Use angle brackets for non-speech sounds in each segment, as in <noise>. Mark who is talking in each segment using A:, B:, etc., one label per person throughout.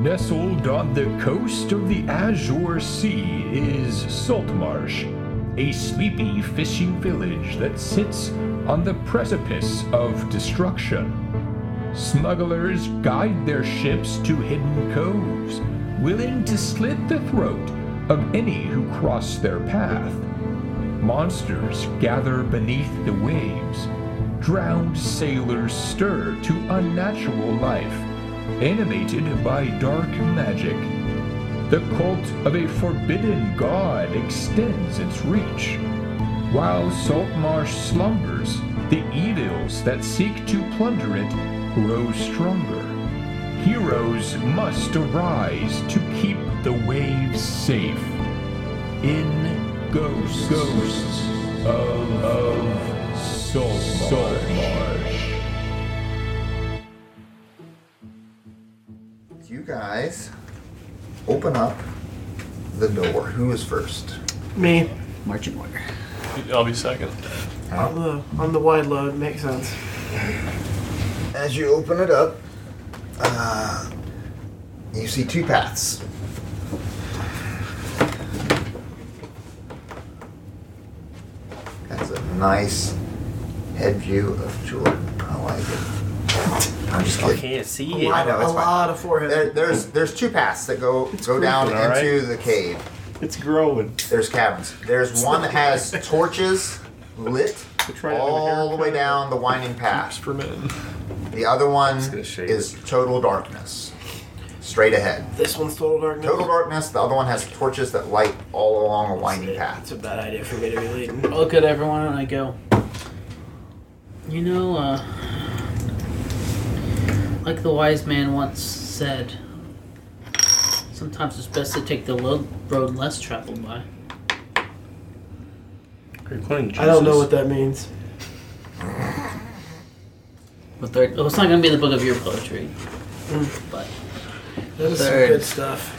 A: nestled on the coast of the Azure Sea is Saltmarsh, a sleepy fishing village that sits on the precipice of destruction. Smugglers guide their ships to hidden coves, willing to slit the throat of any who cross their path. Monsters gather beneath the waves. Drowned sailors stir to unnatural life, animated by dark magic. The cult of a forbidden god extends its reach. While Saltmarsh slumbers, the evils that seek to plunder it grow stronger. Heroes must arise to keep the waves safe. In Ghosts, Ghosts of, of Saltmarsh. Saltmarsh.
B: You guys open up the door. Who is first?
C: Me.
D: Marching order.
E: I'll be second.
C: On
B: Um,
C: the, on the wide load, makes sense.
B: As you open it up, uh, you see two paths. That's a nice head view of Jordan. I like it. I'm just kidding.
F: Can't see
C: A
F: it.
C: lot,
B: know, it's
C: a
B: fine.
C: lot of forehead.
B: There, there's there's two paths that go go down into
E: creeping, all right.
B: the cave.
E: It's growing.
B: There's cabins. There's one that
E: <laughs>
B: has torches lit
E: try to have a
B: all the way
E: haircut.
B: down the winding path.
E: For men.
B: The other one
F: gonna shave
B: is total darkness, straight ahead.
C: This one's total darkness.
B: Total darkness. The other one has torches that light all along a winding
C: That's
B: path.
C: a bad idea for me to be leading.
D: I look at everyone and I go, you know, uh, like the wise man once said, sometimes it's best to take the lo- road less traveled by.
C: I don't know what that means.
D: But Hmm. there, oh, it's not going to be the book of your poetry. But
C: That is some
D: Third.
C: good stuff.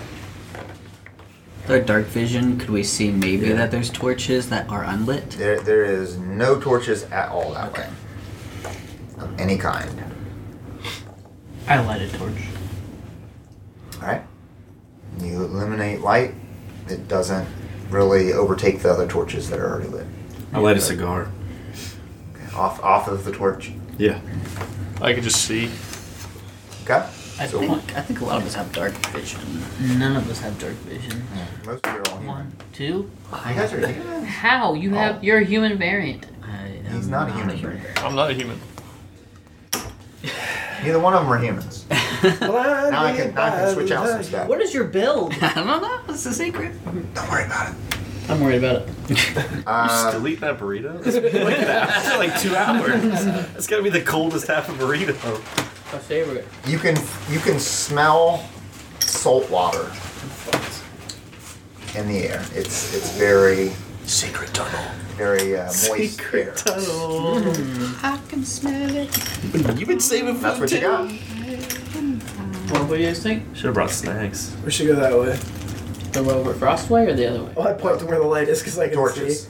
D: their dark vision, could we see maybe that there's torches that are unlit?
B: There, there is no torches at all that way, of any kind.
D: I light a torch.
B: All right. You illuminate light. It doesn't really overtake the other torches that are already lit.
F: I light a cigar.
B: Off, off of the torch.
F: Yeah.
E: I can just see.
B: Okay.
D: I
B: So-
D: think I think a lot of us have dark vision. None of us have dark vision.
B: Yeah, most of you are all human.
D: One, two.
B: You guys are human.
D: How you have? You're a human variant. I
B: Oh. He's
D: am
B: not a human.
E: I'm not a human.
B: Neither one of them are humans.
D: <laughs>
B: Now I can, now I can switch out some stuff.
D: What is your build? <laughs> I don't know. It's a secret.
B: Don't worry about it.
D: I'm worried about <laughs> it.
B: Uh,
F: Still eat that <laughs> burrito? It's been like, an hour, for like two hours. That's gotta be the coldest half of burrito.
D: My favorite.
B: you can you can smell salt water in the air. It's it's very
F: Secret tunnel.
B: very uh, moist air.
D: I can smell it.
F: You've been saving for
B: That's what you got.
D: What do you guys think?
F: Should have brought snacks.
C: We should go that way.
D: The Robert Frost way or the other way?
C: Well, I point to where the light is because I can
B: Torches.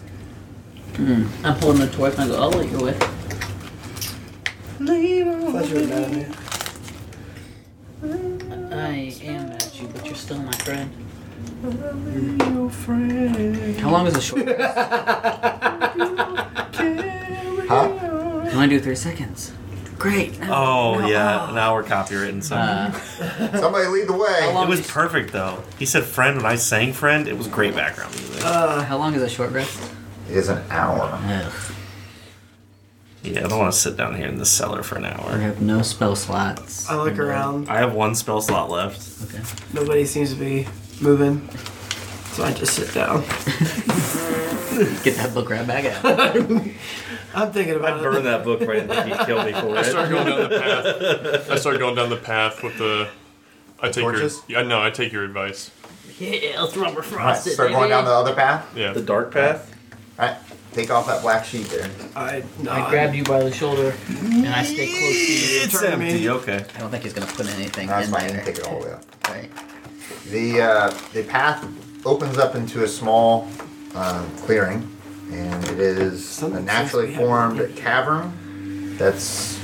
C: see.
D: I'm pulling the torch and I go, I'll let you with.
C: Thought you were mad at me.
D: I am mad at you, but you're still my friend. How long is the short? rest?
B: Huh?
D: You want to do three seconds? Great.
F: Oh,
D: No.
F: yeah. Now we're copywritten. So.
D: Uh,
B: Somebody lead the
D: how
B: way.
F: it
D: long?
F: was
D: is,
F: perfect, though. He said friend when I sang friend. It was great background music.
D: Uh, how long is a short rest?
B: It is an hour.
D: Ugh.
F: yeah, I don't want to sit down here in the cellar for an
D: I
F: hour.
D: have no spell slots.
C: I
B: Oh. Mm-hmm.
C: look around.
F: I have one spell slot left.
D: Okay.
C: Nobody seems to be moving. So I just sit down.
D: Get that book right back out.
C: I'm thinking about it.
F: that book right and think he'd kill me for
E: I start going down the path. I start going down the path with the. I take
B: Torches?
E: your. Yeah, no, I take your advice.
D: <laughs> yeah, let's
B: All
D: Robert
B: right,
D: Frost. it,
B: start going
D: baby.
B: down the other path.
E: Yeah.
F: dark path?
B: All right, take off that black sheet there.
C: I, no,
D: I grab you by the shoulder and I stay close to you.
F: It's
C: Turn me.
F: empty, okay.
D: I don't think he's gonna put anything
B: That's
D: in
B: fine. You
D: there.
B: can take it all the way up.
D: Right.
B: The uh, the path opens up into a small uh, clearing, and it is a
C: Something
B: naturally
C: says we have
B: formed cavern that's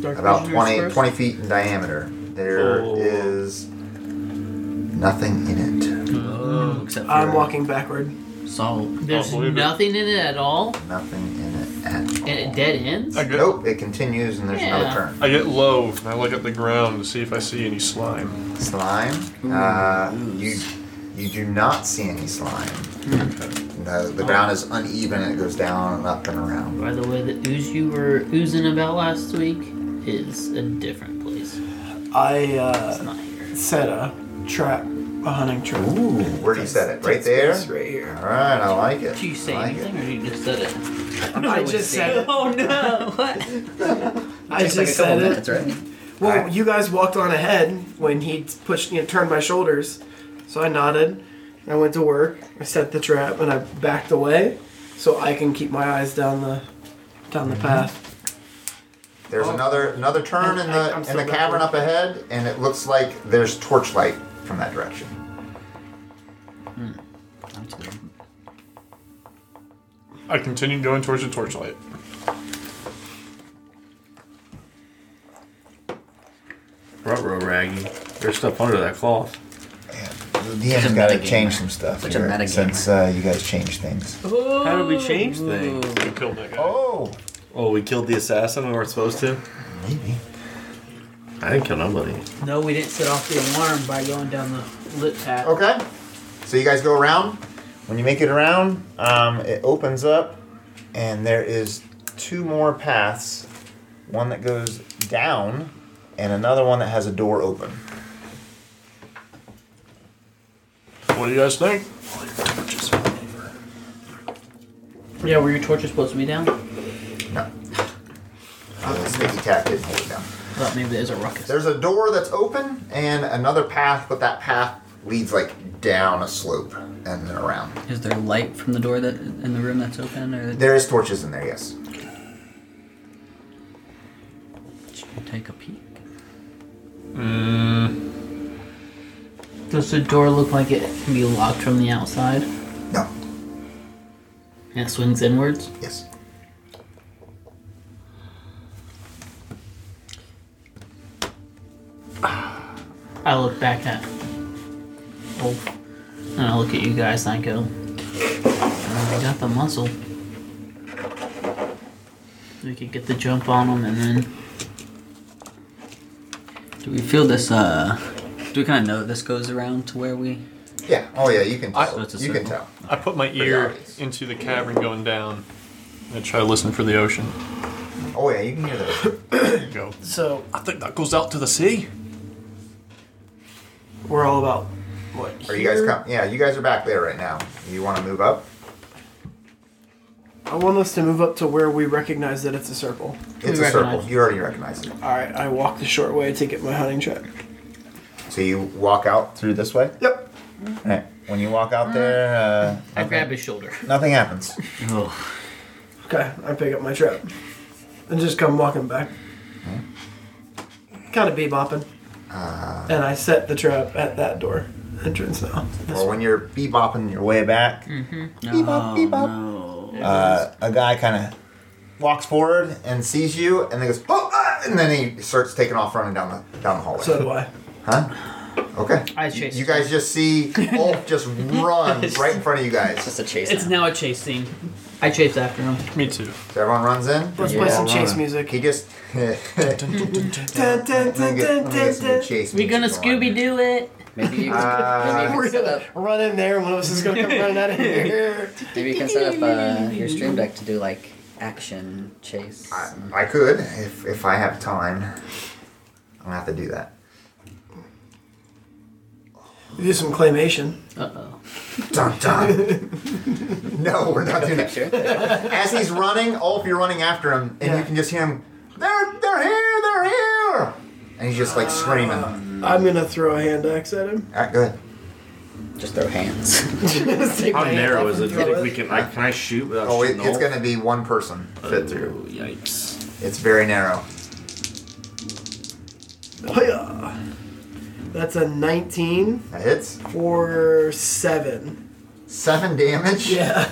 D: Dark
B: about
D: vision
B: 20,
D: yours first?
B: 20 feet in diameter. There
F: Oh.
B: is Nothing in it.
G: Oh, except for
C: I'm walking backward.
G: salt.
D: Mm. There's
E: believe it.
D: nothing in it at all,
B: Nothing in it at all.
D: and it dead ends.
E: I get,
B: Nope, it continues and there's another
D: Yeah.
B: turn.
E: I get low and I look at the ground to see if I see any slime.
B: Slime. Uh, you you do not see any slime.
D: Hmm.
B: The, the ground is uneven and it goes down and up and around.
D: By the way, the ooze you were oozing about last week is a different place.
C: I
D: It's
C: uh,
D: not here.
C: set a trap, a hunting trap.
B: Ooh, where do you set it? Right
C: It's
B: there?
C: this Right here.
B: All right, I like it.
D: Did you say
B: I like
D: anything,
B: It.
D: or you just said it?
C: I just said it.
D: <laughs> Oh no! What?
C: I just said it.
G: minutes, right?
C: Well,
B: I-
C: you guys walked on ahead when he pushed, you know, turned my shoulders, so I nodded. I went to work. I set the trap and I backed away, so I can keep my eyes down the down
B: Mm-hmm.
C: the path.
B: There's
D: Oh.
B: another another turn in
C: I-
B: the
C: I'm
B: in
C: so
B: the cavern up ahead, and it looks like there's torchlight from that direction.
G: That's good.
E: I continue going towards the torchlight.
F: Rubber raggy. There's stuff under that cloth.
B: The DM's got to
G: metagame.
B: change some stuff
G: Such a
B: here
G: metagame.
B: since uh, you guys changed things.
F: How did we change things?
E: We killed that guy.
B: Oh,
F: Oh, we killed the assassin we weren't supposed to?
B: maybe.
F: I didn't kill nobody.
D: No, we didn't set off the alarm by going down the lip path.
C: Oh.
B: Okay. So you guys go around. When you make it around, um, it opens up, and there is two more paths. One that goes down, and another one that has a door open.
E: What do you guys think?
D: Yeah, were your torches supposed to be down?
B: No. The sticky cat didn't hold it down.
D: Thought maybe there's a ruckus.
B: There's a door that's open and another path, but that path leads like down a slope and then around.
G: Is there light from the door that in the room that's open, or
B: There is torches in there, yes.
G: should we take a peek?
D: Uh, Does the door look like it can be locked from the outside?
B: No.
D: And it swings inwards?
B: Yes.
D: I look back at Wolf. And I look at you guys and I go, "Oh, we got the muscle. We could get the jump on them and then.
G: Do we feel this? Uh, do we kind of know that this goes around to where we?
B: Yeah. Oh yeah. You can. Tell.
G: So it's a
B: you can
G: circle.
B: tell.
E: I put my
B: Pretty
E: ear
B: obvious.
E: into the cavern going down. and I try to listen for the ocean.
B: Oh yeah. You can hear <laughs> that.
E: Go.
C: So
E: I think that goes out to the sea.
C: we're all about what?
B: Are you guys
C: here?
B: come? Yeah. You guys are back there right now. You want to move up?
C: I want us to move up to where we recognize that it's a circle.
B: It's
D: We
B: a circle.
D: recognize.
B: You already recognize it.
C: All right, I walk the short way to get my hunting trap.
B: So you walk out through this way.
C: Yep.
B: All right. When you walk out there, uh,
D: I grab his shoulder.
B: nothing happens.
G: Oh,
C: Okay, I pick up my trap and just come walking back. Kind of bebopping.
B: Uh.
C: and I set the trap at that door entrance now.
B: Or when you're bebopping your way back,
G: no,
B: Bebop, bebop.
G: no.
B: uh, a guy kind of walks forward and sees you, and then goes, oh, ah," and then he starts taking off running down the down the hallway.
C: So do I.
B: huh? Okay.
D: I chase.
B: You guys just see Wolf just run right in front of you guys.
G: Just a chase.
D: It's now a chase scene. I chase after him.
E: Me too.
B: So everyone runs in.
C: Let's play some chase
B: He
C: music.
B: just. <laughs> Let
C: Dun, dun,
B: me
C: dun,
B: get-
C: dun,
B: let me get
C: dun,
B: some
C: dun.
B: chase
D: We gonna
B: music going.
D: Scooby Doo it?
G: Maybe you,
B: Uh,
G: maybe you
C: We're
G: can set up.
C: gonna run in there, and one of us is gonna come running out of here.
B: <laughs>
G: Maybe you can set up uh, your stream deck to do like action chase.
B: I, I could if if I have time. I'm gonna have to do that.
C: Do some claymation.
D: Uh oh.
B: Dun dun. <laughs> no, we're not doing that.
G: Sure.
B: As he's running, Ulf, you're running after him, and
C: Yeah.
B: you can just hear him. They're they're here, they're here, and he's just like screaming. All
C: I'm gonna throw a hand axe at <laughs> him.
B: right, go ahead.
G: Just throw hands. <laughs>
C: Just take
F: How
C: my hand
F: narrow
C: off
F: is
C: and
F: it? Do
C: throw
F: you think we can, I, can I shoot without
B: Oh, it,
F: shooting
B: it's
F: all?
B: gonna be one person fit through.
F: Oh, Yikes.
B: It's very narrow.
C: Hi-yah. That's a 19
B: That hits
C: for 7.
B: seven damage.
C: Yeah.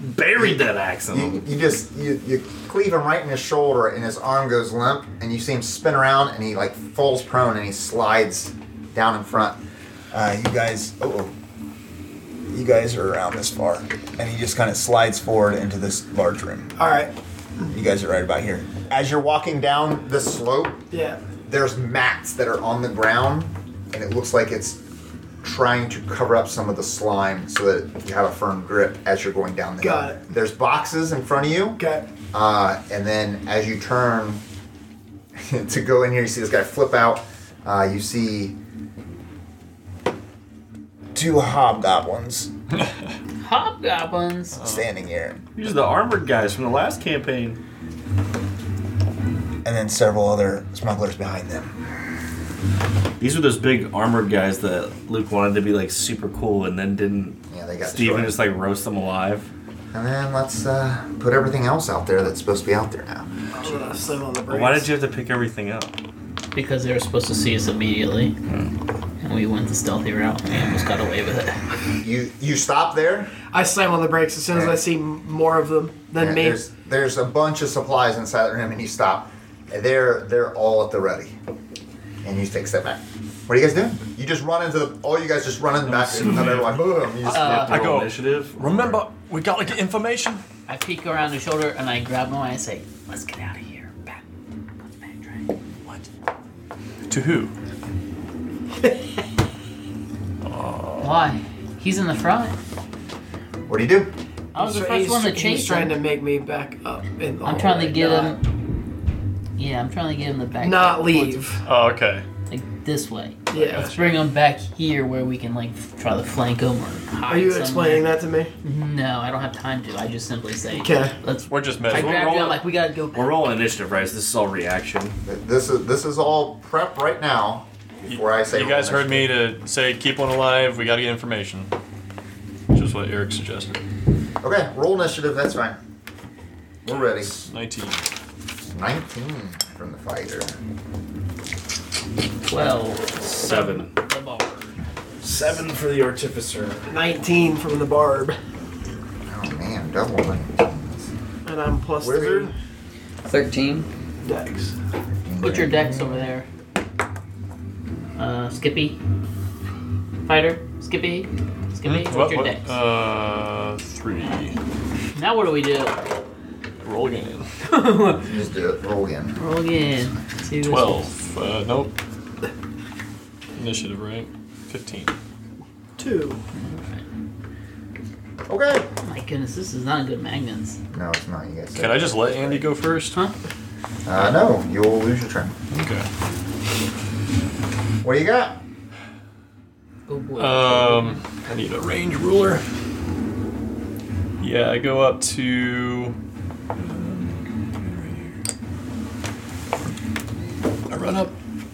F: Buried that axe in
B: You,
F: him.
B: you just you, you cleave him right in his shoulder, and his arm goes limp, and you see him spin around, and he like falls prone, and he slides down in front. Uh, you guys, oh, you guys are around this far, and he just kind of slides forward into this large room.
C: All right.
B: You guys are right about here. As you're walking down the slope,
C: Yeah.
B: there's mats that are on the ground, and it looks like it's trying to cover up some of the slime so that you have a firm grip as you're going down the hill.
C: Got it.
B: There's boxes in front of you.
C: Okay.
B: Uh, and then as you turn <laughs> to go in here, you see this guy flip out. Uh, you see two hobgoblins <laughs>
D: Hobgoblins.
B: standing here,
F: These are the armored guys from the last campaign.
B: and then several other smugglers behind them.
F: These are those big armored guys that Luke wanted to be like super cool and then didn't.
B: Yeah, they got
F: Steven
B: destroyed.
F: just like roast them alive.
B: And then let's uh, put everything else out there that's supposed to be out there now.
C: Uh, slam on the brakes.
F: But why did you have to pick everything up?
E: Uh,
D: Because they were supposed to see us immediately.
G: Hmm.
D: And we went the stealthy route and we almost got away with it.
B: You you stop there.
C: I slam on the brakes as soon as I see m- more of them than
B: and
C: me.
B: There's there's a bunch of supplies inside the room, and you stop. And They're they're all at the ready, and you take a step back. What are you guys doing? You just run into the, all you guys just run in the back and another everyone. Boom! You just,
F: I
E: Uh, go-
F: initiative.
E: Remember, we got like information.
D: I peek around his shoulder and I grab him and I say, Let's get out of here. Back. Let's back, right? What?
E: To who?
D: Why? He's in the front.
B: What do you do?
D: I was the
C: So
D: first
C: he's-
D: one to
C: he's
D: chase
C: trying
D: him.
C: to Oh, make me back up. In the
D: I'm trying to
C: hallway,
D: get
C: not-
D: him. Yeah, I'm trying to get him the back.
C: Not leave.
E: Oh, okay.
D: Like this way.
C: Yeah.
D: Let's bring him back here where we can like f- try to flank him or hide.
C: Are you explaining that to me?
D: No, I don't have time to. I just simply say,
C: Okay.
D: Let's.
E: We're just
D: I
E: messing.
D: grabbed
F: rolling.
D: him like we gotta go. back."
F: We're rolling initiative, right? So this is all reaction.
B: This is this is all prep right now. Before I say,
E: You guys heard me to say keep one alive. We got to get information. Which is what Eric suggested.
B: Okay, roll initiative. That's fine. We're ready.
E: Nineteen.
B: Nineteen from the fighter.
D: Twelve.
F: Seven.
B: Uh,
D: The bar.
F: Seven for the artificer.
C: 19 from the barb.
B: Oh man, double. 19.
C: And I'm plus
B: Wizard.
G: Thirteen.
C: three decks.
D: Put your decks over there. Uh, Skippy. Fighter. Skippy. Skippy. What's
E: Hmm? What?
D: your
E: what?
D: decks?
E: Uh, three.
D: now what do we do?
E: Roll again.
B: Just do it. Roll in.
D: Roll again. See what's-
E: Twelve. Uh, nope. Initiative, right? Fifteen.
C: Two.
B: Okay.
D: My goodness, this is not good magnets.
B: No, it's not. You guys.
E: Can I just let Andy go first?
D: Huh?
B: Uh, no, you'll lose your turn.
E: Okay.
B: What do you got?
D: Oh boy.
E: Um, I need a range ruler. Yeah, I go up to. I run up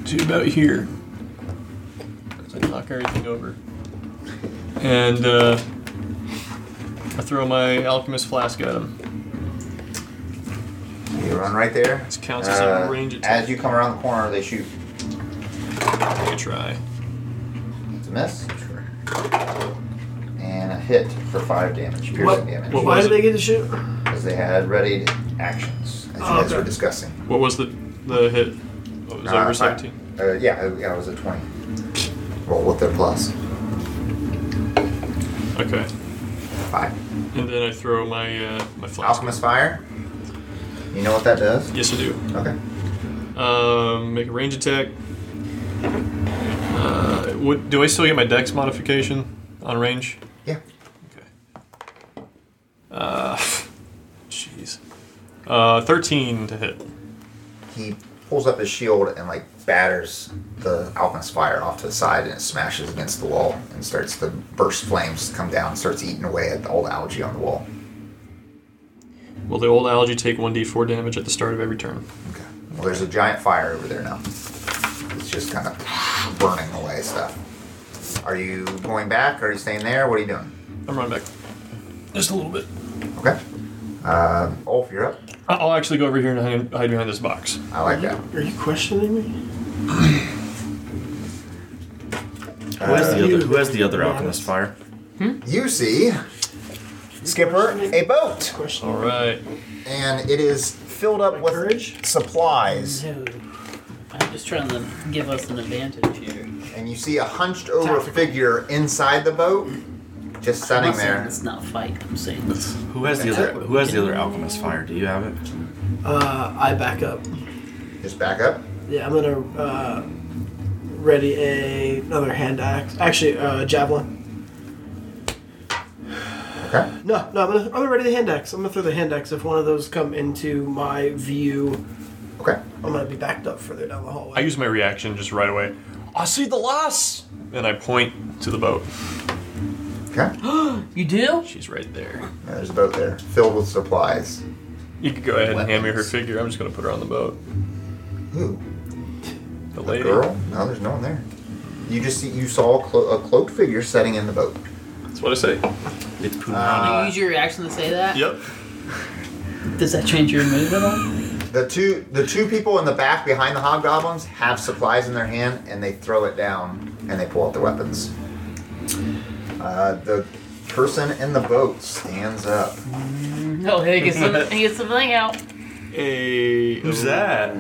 E: to about here. I knock everything over. And uh, I throw my alchemist flask at him.
B: You run right there. Uh,
E: This counts as a range attack.
B: As you come around the corner, they shoot.
E: Take a try.
B: It's a miss. And a hit for five damage, piercing
C: What,
B: damage,
E: What
C: why
E: was
C: did
E: it?
C: they get to shoot?
B: because they had readied actions, as you
C: Oh,
B: guys were
C: okay.
B: discussing.
E: What was the the hit? What was it,
B: Uh,
E: over
B: five.
E: 17?
B: Uh, yeah, it, yeah, it was a twenty. Roll with their plus
E: Okay.
B: five.
E: And then I throw my uh, my flask.
B: Alchemist fire. You know what that does?
E: Yes, I do.
B: Okay.
E: Um, make a range attack. Uh, what, do I still get my dex modification on range?
B: Yeah.
E: Okay. Uh, <laughs> jeez. Uh, 13 to hit.
B: He pulls up his shield and like batters the alchemist fire off to the side, and it smashes against the wall and starts to burst flames come down, and starts eating away at all the algae on the wall.
E: Will the old algae take 1d4 damage at the start of every turn?
B: Okay. Well, there's a giant fire over there now. It's just kind of burning away stuff. Are you going back? Are you staying there? What are you doing?
E: I'm running back. Just a little bit.
B: Okay. Uh, Ulf, you're up.
E: I- I'll actually go over here and hide, hide behind this box.
B: I like that.
C: Are you questioning me?
F: Who has the
C: Uh,
F: other? Who has the other alchemist fire?
B: You see, Skipper, a boat,
C: Questioning
E: All right.
B: and it is filled up with
C: Courage?
B: supplies.
D: No. I'm just trying to give us an advantage here.
B: And and you see a hunched over
C: Tactical.
B: figure inside the boat, just
D: I'm
B: sitting
D: not saying
B: there.
D: it's not fight. I'm saying it's
F: Who has the other? Who has the other alchemist fire? Do you have it?
C: Uh, I back up.
B: Just back up.
C: Yeah, I'm gonna uh, ready a, another hand axe. Actually, uh, javelin.
B: Okay.
C: No, no, I'm gonna, I'm gonna ready the hand axe. I'm gonna throw the hand axe. If one of those come into my view,
B: Okay.
C: I'm gonna be backed up further down the hallway.
E: I use my reaction just right away. I see the lass, and I point to the boat.
B: Okay. Yeah,
D: you do.
E: She's right there.
B: there's a boat there filled with supplies.
E: You could go ahead and hand me her figure. I'm just gonna put her on the boat.
B: Who?
E: The lady.
B: Girl? No, there's no one there. You just see you saw a, clo- a cloaked figure sitting in the boat.
E: That's what I say.
F: It's Punani.
B: Uh,
D: you use your reaction to say that.
E: Yep.
D: Does that change your move at all?
B: The two the two people in the back behind the hobgoblins have supplies in their hand and they throw it down and they pull out their weapons. Uh, the person in the boat stands up.
D: No, he gets some, he gets something out.
E: Hey.
F: Who's that?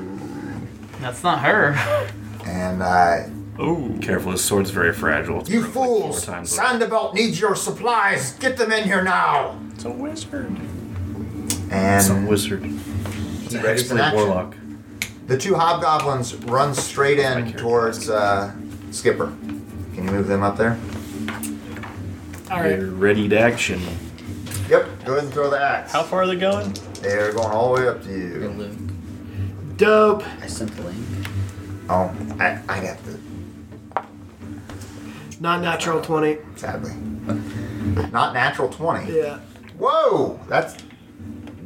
D: That's not <laughs> her.
B: And uh,
E: Oh.
F: Careful, his sword's very fragile. It's
B: you
F: broken like four
B: fools!
F: times.
B: Sandebelt needs your supplies. Get them in here now.
E: It's a wizard.
F: Some
B: And
F: wizard. It's a
B: readies an
F: hexblade
B: action.
F: warlock.
B: the two hobgoblins run straight
F: My
B: in
F: character.
B: towards uh, Skipper. Can you move them up there?
D: All
F: They're
D: right.
F: ready to action.
B: Yep. Go ahead and throw the axe.
E: How far are they going?
B: They're going all the way up to
G: Here,
B: you.
G: Luke.
C: Dope.
G: I sent the link.
B: Oh, I, I got the
C: Non natural twenty.
B: sadly. Not natural twenty.
C: Yeah.
B: Whoa, that's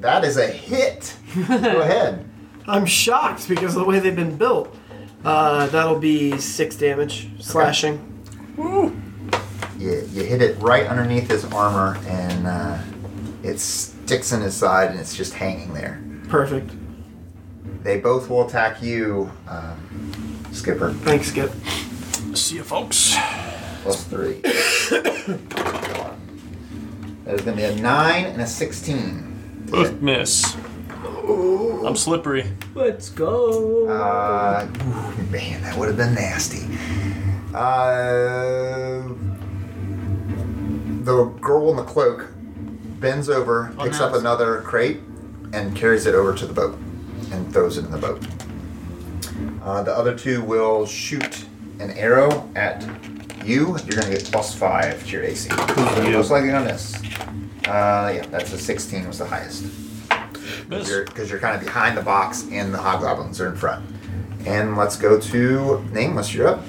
B: that is a hit. Go ahead.
C: I'm shocked because of the way they've been built. Uh, that'll be six damage, slashing.
B: You, you hit it right underneath his armor, and uh, it sticks in his side, and it's just hanging there.
C: Perfect.
B: They both will attack you, um, Skipper.
C: Thanks, Skip.
E: See you, folks.
B: Plus three. <coughs> that is going to be a nine and a sixteen.
E: Both miss. I'm slippery.
D: Let's go.
B: Uh, ooh, man, that would have been nasty. Uh, the girl in the cloak bends over, picks up
D: nice.
B: another crate, and carries it over to the boat and throws it in the boat. Uh, the other two will shoot an arrow at you. You're going to get plus five to your AC. Most likely on this. Uh, yeah, that's a 16 was the highest
E: Miss.
B: because you're, kind of behind the box and the hobgoblins are in front. And let's go to Nameless. You're up.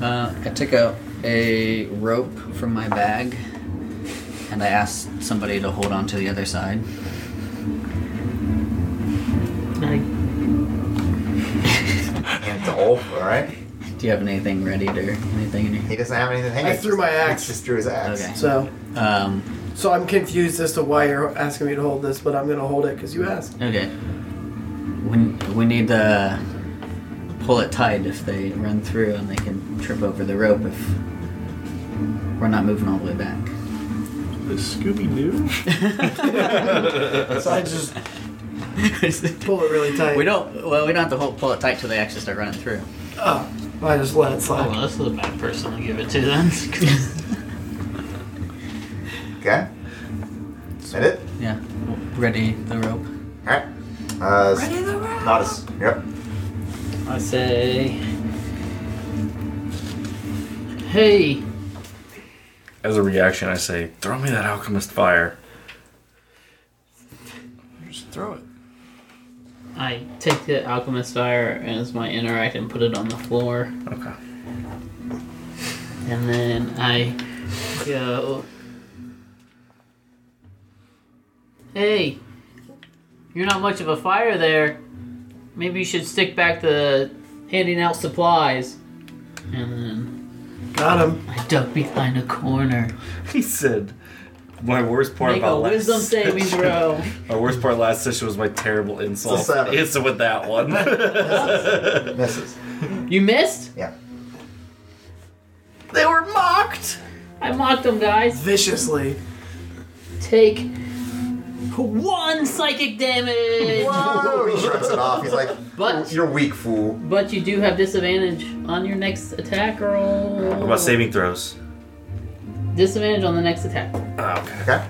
G: Uh, I took out a rope from my bag and I asked somebody to hold on to the other side.
B: And to Ulf, all right.
G: Do you have anything ready or anything in
B: He
G: your.
B: doesn't have anything. hanging.
C: I threw my axe.
B: He just threw his axe.
G: Okay.
C: So,
G: Um,
C: so I'm confused as to why you're asking me to hold this, but I'm gonna hold it because you asked.
G: okay. We, we need to pull it tight if they run through and they can trip over the rope if we're not moving all the way back.
E: Scooby Doo.
C: So I just pull it really tight.
G: we don't. Well, we don't have to hold, pull it tight till they actually start running through.
C: Oh, I just let it
D: Oh,
C: slide.
D: well, this is a bad person to give it to then. <laughs>
B: Okay. Is that it?
G: Yeah. Ready the rope.
B: All right. Uh, Nodis. You're up.
D: I say, hey,
F: As a reaction, I say, "Throw me that alchemist fire."
E: Just throw it.
D: I take the alchemist fire as my interact and put it on the floor,
F: Okay.
D: and then I go, hey, you're not much of a fire there. Maybe you should stick back to handing out supplies. And then
C: Got him.
D: I duck behind a corner.
F: <laughs> He said, "My worst part
D: Make a
F: about last
D: wisdom
F: <laughs>
D: saving
F: session-
D: throw.
F: My worst part last session was my terrible insult.
B: seven.
F: It's with that
B: <laughs>
F: one.
B: Misses.
D: You missed?
B: Yeah.
D: They were mocked! I mocked them, guys.
C: Viciously.
D: Take One psychic damage.
B: Whoa! He shrugs it off. He's like,
D: But-
B: "You're weak, fool."
D: But you do have disadvantage on your next attack roll.
F: What about saving throws?
D: Disadvantage on the next attack. roll.
F: Oh, okay.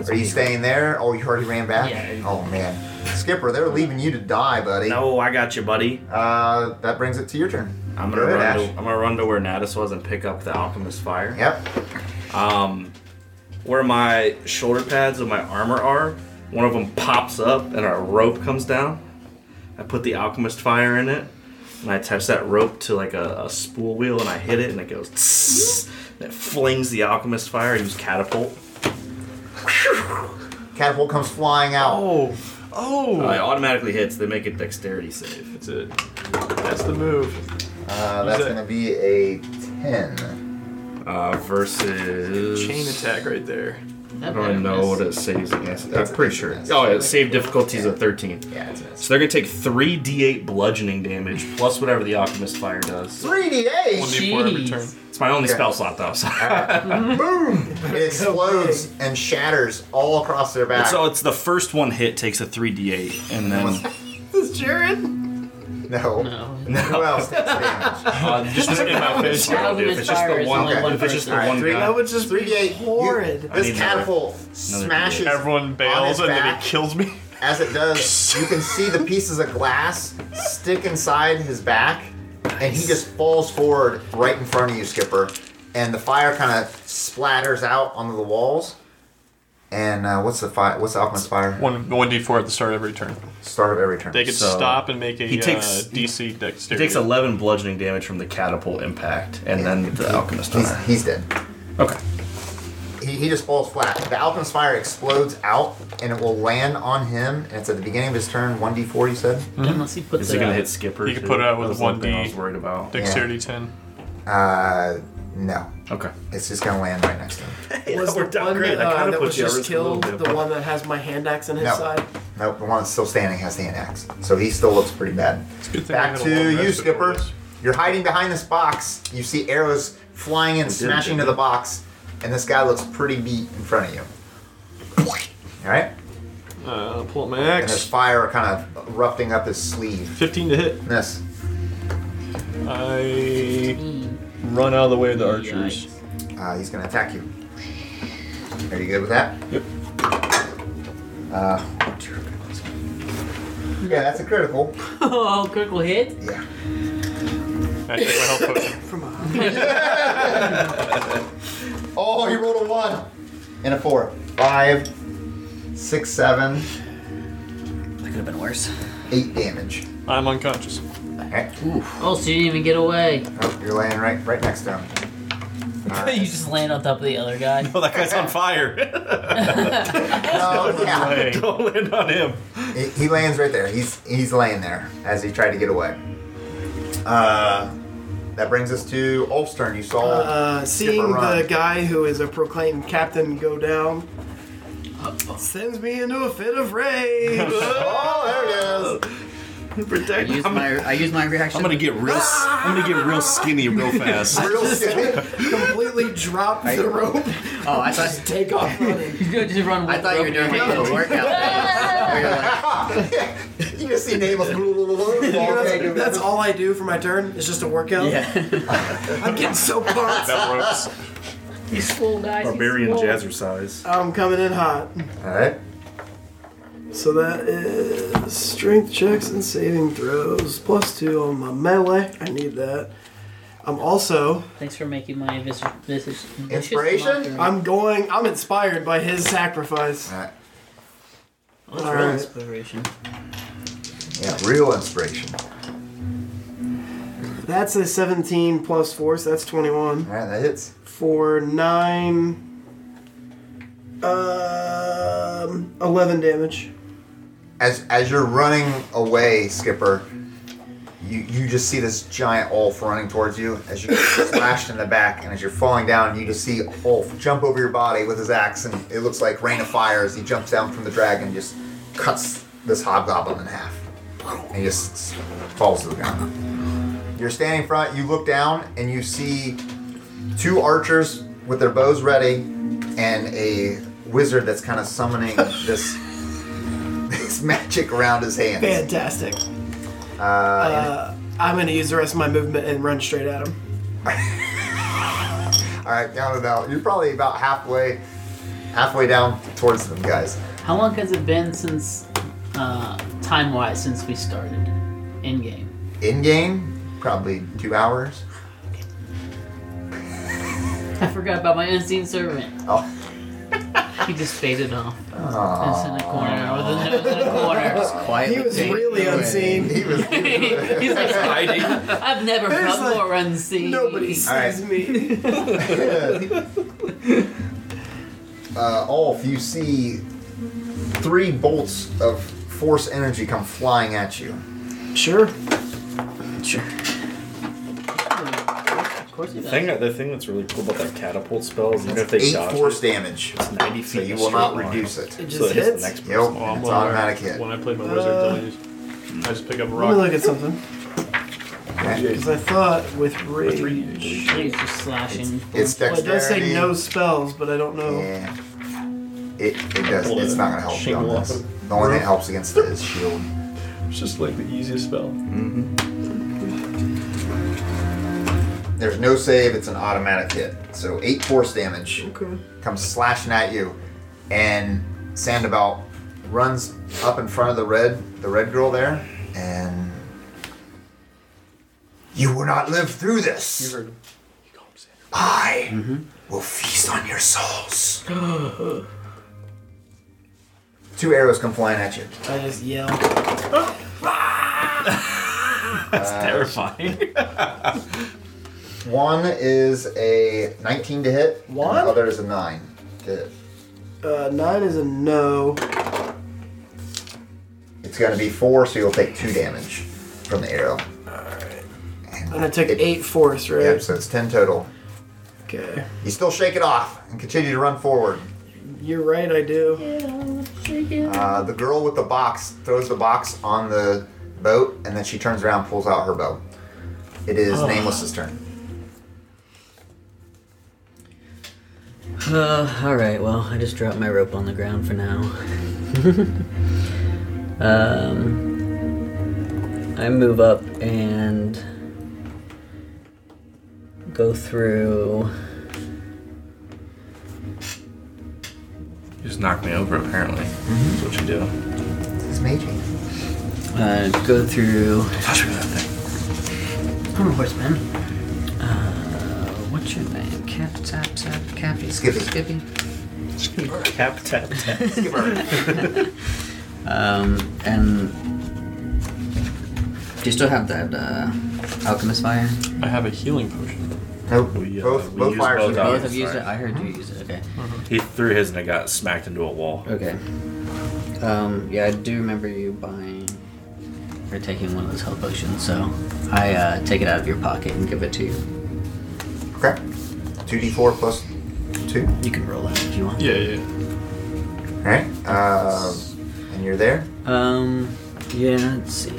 B: Okay. Are you staying there? Oh, you already ran back.
D: Yeah.
B: Oh man, Skipper, they're leaving you to die, buddy.
F: No, I got you, buddy.
B: Uh, that brings it to your turn.
F: I'm
B: Go
F: gonna
B: ahead,
F: run. To,
B: Ash.
F: I'm gonna run to where Natus was and pick up the alchemist fire.
B: Yep.
F: Um, where my shoulder pads and my armor are, one of them pops up and a rope comes down. I put the alchemist fire in it, and I attach that rope to like a, a spool wheel, and I hit it, and it goes. Tss, and it flings the alchemist fire. I use catapult.
B: Catapult comes flying out.
E: Oh, oh.
F: Uh, it automatically hits. They make a dexterity save.
E: That's it. That's the move.
B: uh, that's
E: use it.
B: going to be a ten.
F: Uh, versus
E: Chain attack right there.
D: That
F: I don't even
D: better
F: know what
D: miss.
F: it saves against.
B: That's
F: I'm
B: a
F: pretty
B: miss,
F: sure.
B: yes.
F: Oh, it save difficulties of thirteen.
B: Yeah, it's a miss.
F: So they're gonna take three d8 bludgeoning damage plus whatever the alchemist fire does.
B: Three D eight.
E: Before every
D: Jeez.
E: turn.
F: It's my only
B: Okay.
F: spell slot though. So.
B: Boom! It explodes and shatters all across their back.
F: so it's the first one hit takes a three d8, and then
C: This Jared.
B: no.
D: No.
B: Who else takes damage?
F: uh, just look at my face.
D: Your
F: If
D: alchemist
F: it's just
D: fire
F: the
D: is
F: one,
D: only
B: okay.
D: one
F: if it's just the
D: person.
B: Alright,
F: one
B: three-
F: guy.
C: That would just
B: Three
C: be
B: D eight.
C: horrid.
F: need
B: This
F: another-
B: catapult
F: another
B: smashes.
E: Everyone
B: on his
E: bails and then
B: back.
E: it kills me.
B: As it does, you can see the pieces of glass stick inside his back, and he just falls forward right in front of you, Skipper. And the fire kind of splatters out onto the walls. And uh, what's the fire? What's the alchemist fire?
E: One one d four at the start of every turn.
B: Start of every turn.
E: They could
F: So,
E: stop and make a
F: he takes-
E: uh, DC
F: It
E: dexterity.
F: takes 11 bludgeoning damage from the catapult impact, and then the alchemist
B: He's,
F: fire.
B: he's dead.
F: Okay.
B: He, he just falls flat. The alchemist fire explodes out, and it will land on him. And it's at the beginning of his turn. One d4, you said.
F: Hmm.
D: Unless he puts
F: Is
D: it
F: it gonna
D: out.
F: hit Skipper?
E: You can
F: too?
E: put it out with
F: That was
E: one
F: one thing I
E: D.
F: was worried about.
E: dexterity ten.
B: Uh, no.
F: Okay.
B: It's just gonna land right next to him.
C: was
F: worked
C: the
F: out
C: one
F: great.
C: that,
F: I
C: uh,
F: kinda
C: that
F: put
C: was
F: you at
C: just
F: risk a little
C: killed
F: bit,
C: the
F: but-
C: one that has my hand axe on his
B: No.
C: side?
B: Nope, the one that's still standing has the hand axe, so he still looks pretty bad.
E: good thing I
B: Back
E: had a long
B: to you,
E: rest before
B: Skipper.
E: this.
B: You're hiding behind this box. You see arrows flying in, smashing to the box, and this guy looks pretty beat in front of you. All right,
E: Uh, pull up my axe.
B: and there's fire kind of erupting up his sleeve.
E: 15 to hit.
B: Miss.
E: I run out of the way of the archers.
D: Yikes.
B: Uh, he's gonna attack you. Are you good with that?
E: Yep.
B: Uh, yeah, that's a critical.
D: <laughs> Oh, critical hit.
B: Yeah.
E: I take my health potion.
B: Oh, he rolled a one and a four. Five, six, seven,
G: That could have been worse.
B: eight damage.
E: I'm unconscious.
B: Okay.
D: Oh, so you didn't even get away.
B: Oh, you're laying right, right next to him.
D: you just land on top of the other guy.
F: Oh, that guy's on fire.
B: Oh, yeah.
F: <laughs> Don't land on him.
B: He, he lands right there. He's he's laying there as he tried to get away. Uh, that brings us to Ulstern. You saw.
C: Uh, seeing
B: run.
C: the guy who is a proclaimed captain go down sends me into a fit of
F: <laughs>
C: rage.
B: oh, there it is.
G: I use my I use my reaction.
F: I'm gonna get real. s- I'm gonna get real skinny real <laughs> fast.
B: Real skinny.
C: Completely drop the rope.
F: <laughs>
G: Oh, I thought
C: Take off running.
D: <laughs> You could just run.
G: I
D: with
G: thought you were
D: broken
G: doing
D: hand.
G: like a
F: <laughs>
G: workout. thing. Where you're like,
B: <laughs> <laughs> you just see Nameless.
C: That's, <laughs> that's all I do for my turn. It's just a workout.
G: yeah.
C: <laughs> I'm getting so
F: <laughs>
C: pumped.
E: That ropes.
D: He's full, guys. he's
F: Barbarian
D: full.
F: jazzercise.
C: I'm coming in hot.
B: All right.
C: So that is strength checks and saving throws. Plus two on my melee. I need that. I'm also.
D: Thanks for making my vis- vis- vicious
B: Inspiration?
D: mockery.
C: I'm going. I'm inspired by his sacrifice.
B: All right.
D: What's
C: All
D: real
C: right.
D: inspiration?
B: Yeah, real inspiration.
C: That's a 17 plus 4, so that's 21.
B: All right, that hits.
C: For 9. Um, 11 damage.
B: as as you're running away, Skipper, you you just see this giant Ulf running towards you as you get slashed in the back, and as you're falling down, you just see Ulf jump over your body with his axe, and it looks like rain of fire as he jumps down from the dragon, and just cuts this hobgoblin in half, and he just s- falls to the ground. You're standing in front. You look down, and you see two archers with their bows ready, and a wizard that's kind of summoning this <laughs> this magic around his hands.
C: Fantastic.
B: Uh, and-
C: Uh, I'm gonna use the rest of my movement and run straight at him.
B: all right, down and out. You're probably about halfway halfway down towards them, guys.
D: How long has it been since, uh, time wise, since we started in game?
B: In game, probably two hours. <laughs>
D: I forgot about my unseen servant.
B: Oh.
D: <laughs> He just faded off. It's in a corner with a nose in a corner.
G: Quietly
C: He was
G: take
C: really
G: it away.
C: unseen.
B: He was.
D: He's like,
F: Hiding.
D: I've never
C: There's
D: felt
C: like-
D: more unseen.
C: Nobody sees
B: All right.
C: me.
B: uh, off, you see three bolts of force energy come flying at you.
C: Sure.
G: Sure.
D: Of course he
F: The
D: does.
F: thing, the thing that's really cool about that catapult spell is even if they
B: Eight
F: dodge, it,
B: force damage,
F: it's 90 feet.
B: so
F: in
B: you
F: a
B: will not
F: straight line.
B: reduce it.
C: It
F: So
C: just
F: it hits
C: hits.
F: the next
B: Yep,
F: person.
B: and it's
E: Well,
B: automatic hit.
E: When I played my wizard,
C: Uh,
E: I just, I just pick up a
C: Let me
E: rock.
C: look at something. Because I thought with rage.
D: He's just slashing.
B: It's
C: Well, it
B: dexterity.
C: does say no spells, but I don't know.
B: Yeah. It, it does.
E: Pull
B: It's
E: it,
B: not gonna help you on
E: shingle
B: this.
E: up.
B: The only thing that helps against it is shield.
E: It's just like the easiest spell.
B: There's no save. It's an automatic hit. So eight force damage
C: Okay.
B: comes slashing at you, and Sandoval runs up in front of the red the red girl there, and you will not live through
E: You
B: this.
E: heard him. Mm-hmm. You call him Xander.
B: I will feast on your souls. Two arrows come flying at you.
C: I
B: <laughs>
C: just yell.
F: That's terrifying.
B: <laughs> One is a 19 to hit. and
C: One?
B: the other is a nine to hit.
C: Uh, nine is a no.
B: It's going to be four, so you'll take two damage from the arrow.
C: And I took eight force, right?
B: Yep, so it's 10 total.
C: Okay.
B: You still shake it off and continue to run forward.
C: You're right, I do.
B: Uh, the girl with the box throws the box on the boat, and then she turns around and pulls out her bow. It is
F: Oh.
B: Nameless's turn.
G: Uh, alright, well, I just dropped my rope on the ground for now. <laughs> um, I move up and go through.
F: you just knocked me over, apparently.
E: Mm-hmm.
F: That's what you do.
B: It's Meiji.
G: Uh, go through.
F: Touch me with that thing.
G: Come on, horseman. Uh, what's your name? Cap, tap, tap, Cappy,
B: Skippy.
G: Skippy.
F: Cap tap
G: <laughs>
F: tap.
G: Um, and do you still have that uh, alchemist fire?
F: Oh,
E: I have a healing potion.
B: Nope.
F: We, uh,
B: both
F: we
B: both
F: use
B: fires
F: both
B: are
G: Both
F: eyes.
B: gone.
G: Oh, have used
F: sorry. Mm-hmm.
G: it. I heard you use it. Okay.
F: He threw his and it got smacked into a wall.
G: Okay.
F: Mm-hmm.
G: Um, yeah, I do remember you buying or taking one of those health potions. So I uh, take it out of your pocket and give it to you.
B: Okay. 2d4 plus 2.
G: You can roll it if you want.
E: Yeah, yeah.
B: Alright. Uh, and you're there.
G: Um, yeah. Let's see. I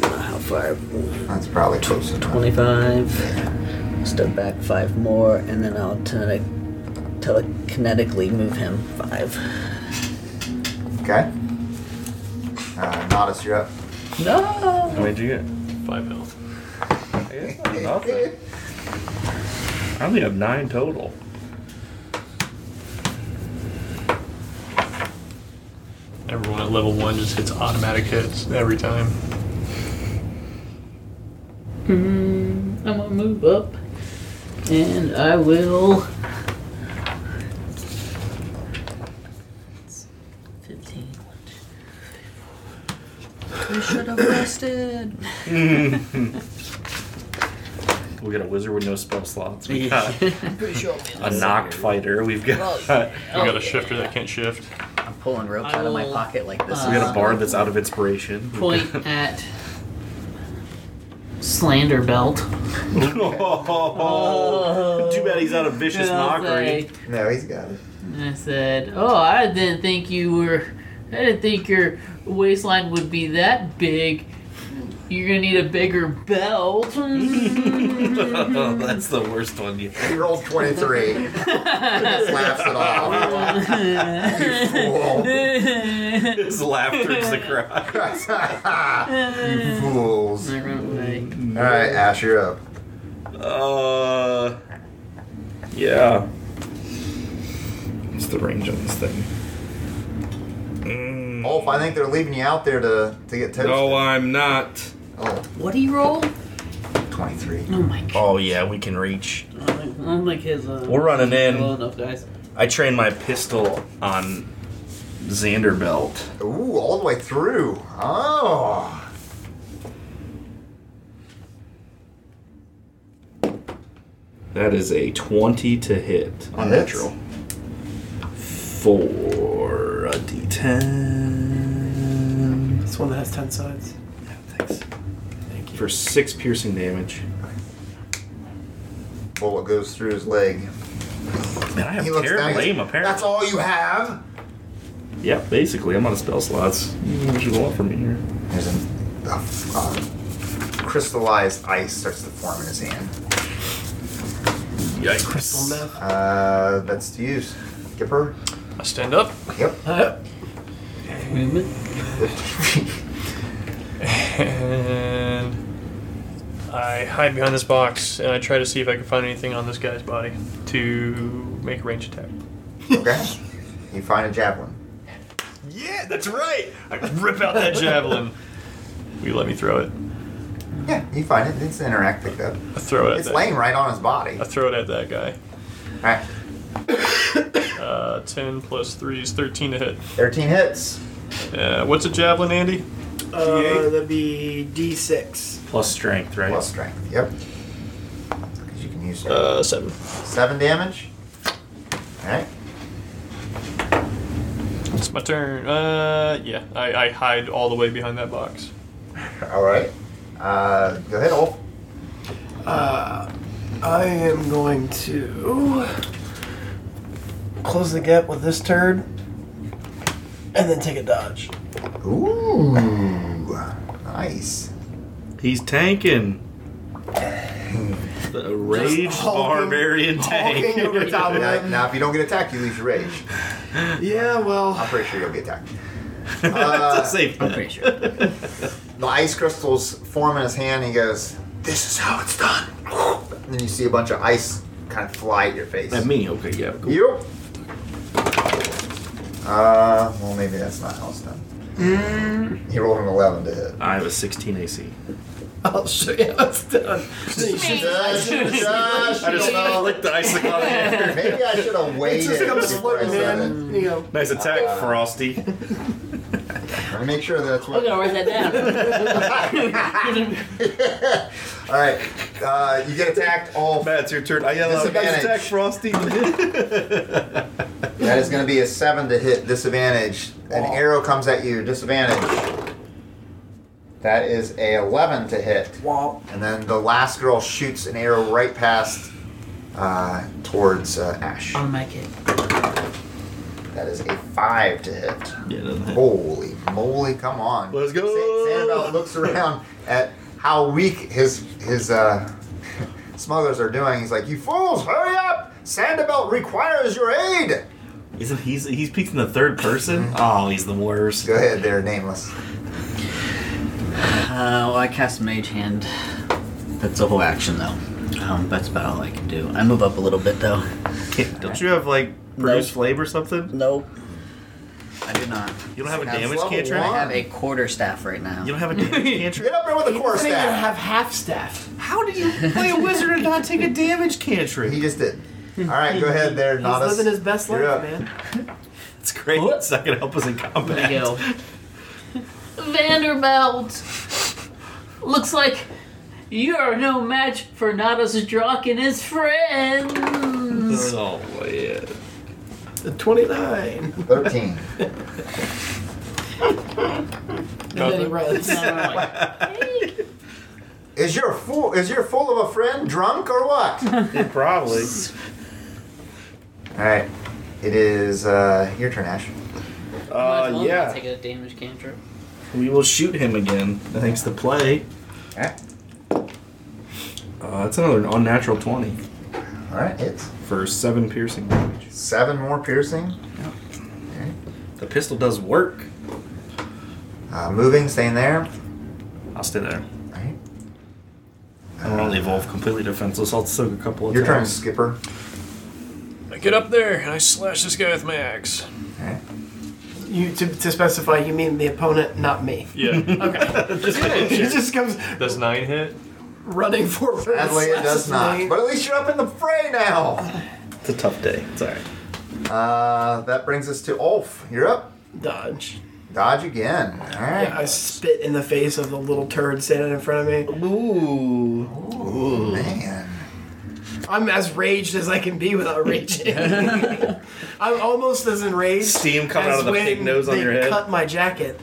G: don't know how far.
B: That's probably close enough.
G: Twenty-five. Step back five more, and then I'll tele- telekinetically move him five.
B: Okay. Uh, Nodus, you're up.
G: No.
F: How many did you get?
E: Five health.
F: Nothing. I only have nine total.
E: Everyone at level one just hits automatic hits every time.
D: Mm, I'm gonna move up, and I will. Fifteen.
G: You should have rested.
F: We got a wizard with no spell slots. We got
G: I'm
D: Pretty sure. I'll be
F: a knocked fighter. We've got
E: We got a shifter that can't shift.
G: pulling ropes
D: I
G: out of my
D: will,
G: pocket like this.
D: uh,
F: we got a bard that's out of inspiration. <laughs>
D: point at slander belt.
F: <laughs> oh, too bad he's out of vicious
D: And I'll
F: mockery.
D: say-
B: No, he's got it.
D: and I said, "Oh, I didn't think you were. I didn't think your waistline would be that big. You're gonna need a bigger belt. <laughs>
F: <laughs> Oh, that's the worst one you
B: You rolled 23. <laughs> Just laughs it off. you fool.
F: His laughter is the cry.
B: <laughs> you fools.
D: I run away.
B: Alright, Ash, you're up.
F: Uh, yeah. What's the range on this thing?
B: Wolf, I think they're leaving you out there to, to get toasted.
F: No, uh, I'm not.
B: Oh,
D: What do you roll?
B: 23.
D: Oh my god.
F: Oh yeah, we can reach.
D: I don't think his. Uh,
F: We're running in.
D: Well enough, guys.
F: I trained my pistol on Xanderbelt.
B: Ooh, all the way through. Oh.
F: That is a 20 to hit on
B: Hits.
F: natural. For a d10.
C: It's one that has ten sides.
F: Yeah, thanks. Thank you. For six piercing damage.
B: Bullet goes through his leg.
F: Man, I have
B: He looks
F: terrible
B: down. he's-
F: aim, apparently.
B: That's all you have?
F: Yeah, basically, I'm out of spell slots. What you want from me here?
B: There's a, a, a crystallized ice starts to form in his hand.
E: Yikes.
C: Crystal meth.
B: Uh, that's to use. Kipper?
E: I stand up
B: Yep.
D: Movement.
E: and I hide behind this box and I try to see if I can find anything on this guy's body to make a range attack.
B: <laughs> Okay. you find a javelin.
E: Yeah, that's right. I rip out that javelin. Will you let me throw it?
B: Yeah, you find it. It's an interact pickup.
E: I throw it at
B: It's
E: that.
B: laying right on his body.
E: I throw it at that guy.
B: Alright.
E: Uh, 10 plus 3 is 13 to hit.
B: 13 hits.
E: Uh, what's a javelin, Andy?
C: Uh, that'd be D six.
F: Plus strength, right?
B: Plus strength. Yep. Because you can use
E: Uh, 7.
B: seven damage. Alright.
E: It's my turn. Uh, yeah, I, I hide all the way behind that box.
B: Alright. Uh, go ahead, Ulf.
C: Uh, I am going to close the gap with this turd, and then take a dodge.
B: Ooh. Nice.
F: He's tanking. The rage
C: hulking-
F: barbarian
C: Hulking
B: <laughs>
F: tank.
C: over top of
B: Now,
C: him.
B: now, if you don't get attacked, you lose your rage.
C: Yeah,
B: I'm
C: well,
B: pretty sure you'll be attacked.
F: <laughs> That's a safe
G: I'm pretty sure.
B: the ice crystals form in his hand. And he goes, "This is how it's done." And then you see a bunch of ice kind of fly at your face.
F: At me, okay, yeah. Cool.
B: Yep. Uh, well, maybe that's not how it's done. He rolled an eleven to hit.
F: I have a 16 AC.
C: I'll show you how it's done.
B: Josh, Josh,
F: I just
B: you know,
F: licked the <laughs> icicle out of the air.
B: maybe I should have waited
C: Just comes
B: before I
C: floating
B: said it.
C: in, you know.
F: Nice attack, Frosty.
B: Let me make sure that's
D: I'm
B: what.
D: gonna write that down. <laughs>
B: All right, uh, you get attacked. All
F: Matt, it's your turn. I yell out, nice
B: Disadvantage.
F: attack, Frosty.
B: that is going to be a seven to hit disadvantage. An arrow comes at you, disadvantage. That is a eleven to hit.
C: Womp.
B: And then the last girl shoots an arrow right past uh, towards uh, Ash.
D: I'll make it.
B: That is a five to hit.
F: yeah, doesn't hit.
B: Holy moly! Come on.
F: Let's go.
B: Sa- Sandoval looks around at how weak his his uh, <laughs> smugglers are doing. He's like, "You fools, hurry up! Sandoval requires your aid."
F: Isn't he's he's peeks in the third person? Oh, he's the worst.
B: Go ahead, there, nameless.
G: Uh, well, I cast Mage Hand. That's a whole action, though. Um, that's about all I can do. I move up a little bit, though.
F: <laughs> Don't you have like produce flame or something?
G: Nope. I do not.
F: You don't have a
B: That's
F: damage
B: level
F: cantrip.
B: one.
G: I have a quarter staff right now.
F: You don't have a
B: <laughs>
F: damage cantrip.
B: Get up there with the core
C: I think you
B: staff.
C: have half staff.
F: How did you play a wizard and not take a damage
B: He
F: cantrip?
B: just did. All right, go ahead, there,
C: <laughs> He's
B: Nodus.
C: living his best life,
B: You're up.
C: man.
F: It's great. It's not gonna help us in combat.
D: There you go. Vanderbilt! Looks like you are no match for Nadas Drak and his friends!
F: <laughs> Oh yeah.
C: The
B: <laughs>
C: twenty-nine.
B: Thirteen.
C: And then he runs.
B: Is your fool? Is your fool of a friend drunk or
C: <laughs>
B: what? All
F: Probably. Uh,
B: right, it is uh, your turn, Ash.
F: Uh, yeah.
D: Take a damage cantrip.
F: We will shoot him again, thanks to play. Uh, that's another unnatural 20
B: All right, hits.
F: for 7 piercing damage.
B: Seven more piercing.
F: The pistol does work.
B: Uh, moving, staying there.
F: I'll stay there.
B: All right.
F: I don't want to leave Wolf completely defenseless. I'll soak a couple of
B: Your turn,
F: times.
B: Skipper.
E: I get up there and I slash this guy with my axe.
B: All right.
C: You to, to specify, you mean the opponent, not me.
E: <laughs> Yeah.
C: Okay. he just comes
E: Does nine hit?
C: running forward. and
B: Sadly, it does
C: slashes
B: not.
C: me.
B: But at least you're up in the fray now.
F: It's a tough day. It's alright.
B: Uh, that brings us to Ulf. You're up.
C: Dodge.
B: Dodge again. All right.
C: Yeah, I spit in the face of the little turd standing in front of me.
F: Ooh.
B: Man.
C: I'm as raged as I can be without raging. I'm almost as enraged.
F: Steam coming
C: as
F: out of the
C: when
F: pig nose on
C: they
F: your head.
C: Cut my jacket,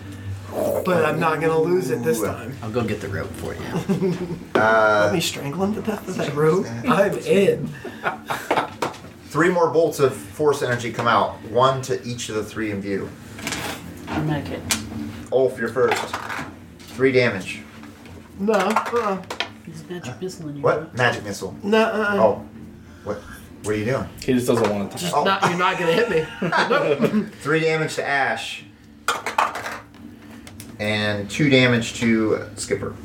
C: but I'm not gonna lose it this
B: Ooh.
C: time.
G: I'll go get the rope for you.
C: Let me strangle him to death with that rope. I'm in.
B: Three more bolts of force energy come out, one to each of the three in view.
D: I'm gonna get.
B: Ulf, you're first. Three damage.
C: No, uh,
D: There's magic missile in here.
B: What? Magic missile.
C: no. Uh,
B: Oh. What? What are you doing?
F: He just doesn't want it to
B: Oh.
C: Not, you're not gonna hit me.
B: Three damage to Ash. And two damage to Skipper.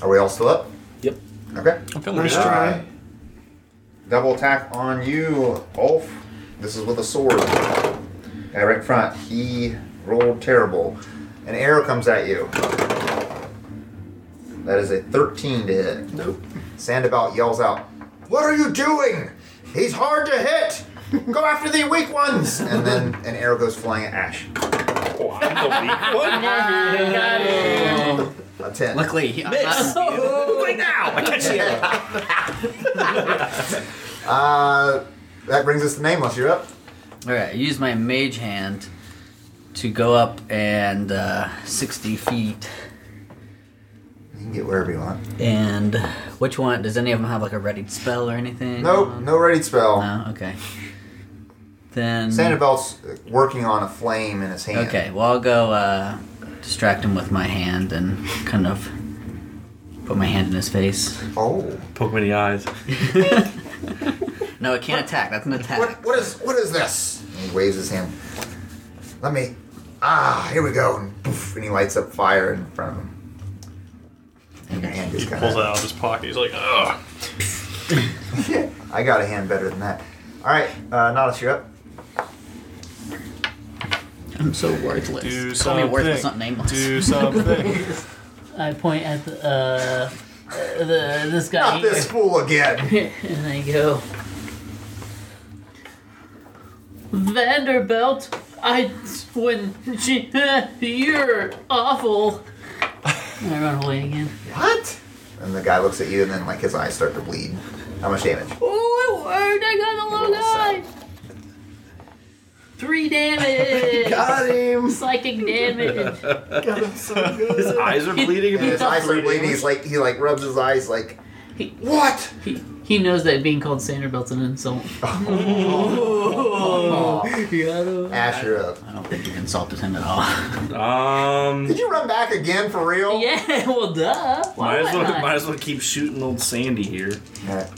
B: Are we all still up?
F: Yep.
B: Okay.
E: I'm feeling
C: Nice
E: good.
C: try.
B: Uh, double attack on you, Ulf. This is with a sword. Guy right in front. He rolled terrible. An arrow comes at you. That is a 13 to hit. Nope. Sandabout yells out, What are you doing? He's hard to hit! Go after the weak ones! And then an arrow goes flying at Ash.
F: Oh, I'm the weak one.
B: A 10.
G: Luckily, he- I'm not-
F: Right now! I catch you.
B: Uh, that brings us to Nameless. You're up.
G: <laughs> All right, I use my mage hand to go up and uh, 60 feet.
B: You can get wherever you want.
G: And which one? Does any of them have like a readied spell or anything?
B: Nope, no ready spell.
G: No. Okay. Then.
B: Sandoval's uh, working on a flame in his hand.
G: Okay. Well, I'll go uh, distract him with my hand and kind of put my hand in his face.
B: Oh.
F: Poke me in the eyes.
G: No, it can't attack. That's an attack.
B: What, what is what is this? And he waves his hand. Let me. Ah, here we go. And poof, and he lights up fire in front of him. And your hand
E: He
B: just kind
E: pulls it
B: of.
E: out of his pocket. He's like, ugh.
B: I got a hand better than that. All right, uh, Nautilus, you're up.
G: I'm so worthless.
E: Do
G: Call me worthless, not
E: something.
G: nameless.
E: Do <laughs> something.
D: <laughs> I point at the, uh, uh, the this guy.
B: Not this fool again.
D: <laughs> and I go, Vanderbilt, I when she <laughs> you're awful. And I run away again.
B: What? And the guy looks at you, and then like his eyes start to bleed. How much damage?
D: Oh, it worked! I got a little guy.
B: <laughs>
D: Three damage.
C: Got him.
D: Psychic damage.
C: Got him so
F: <laughs>
C: good.
F: Eyes are bleeding.
B: And his
F: <laughs>
B: eyes are bleeding. He's like he like rubs his eyes like.
D: He-
B: What?
D: He, he knows that being called Sanderbelt's an insult.
B: Ash, you're up.
G: I don't think you insulted him at all. <laughs>
F: Um,
B: Did you run back again for real?
D: Yeah, well, duh. Why
F: might
D: would
F: as,
D: I
F: well,
D: not?
F: might as well keep shooting old Sandy here.
B: All right.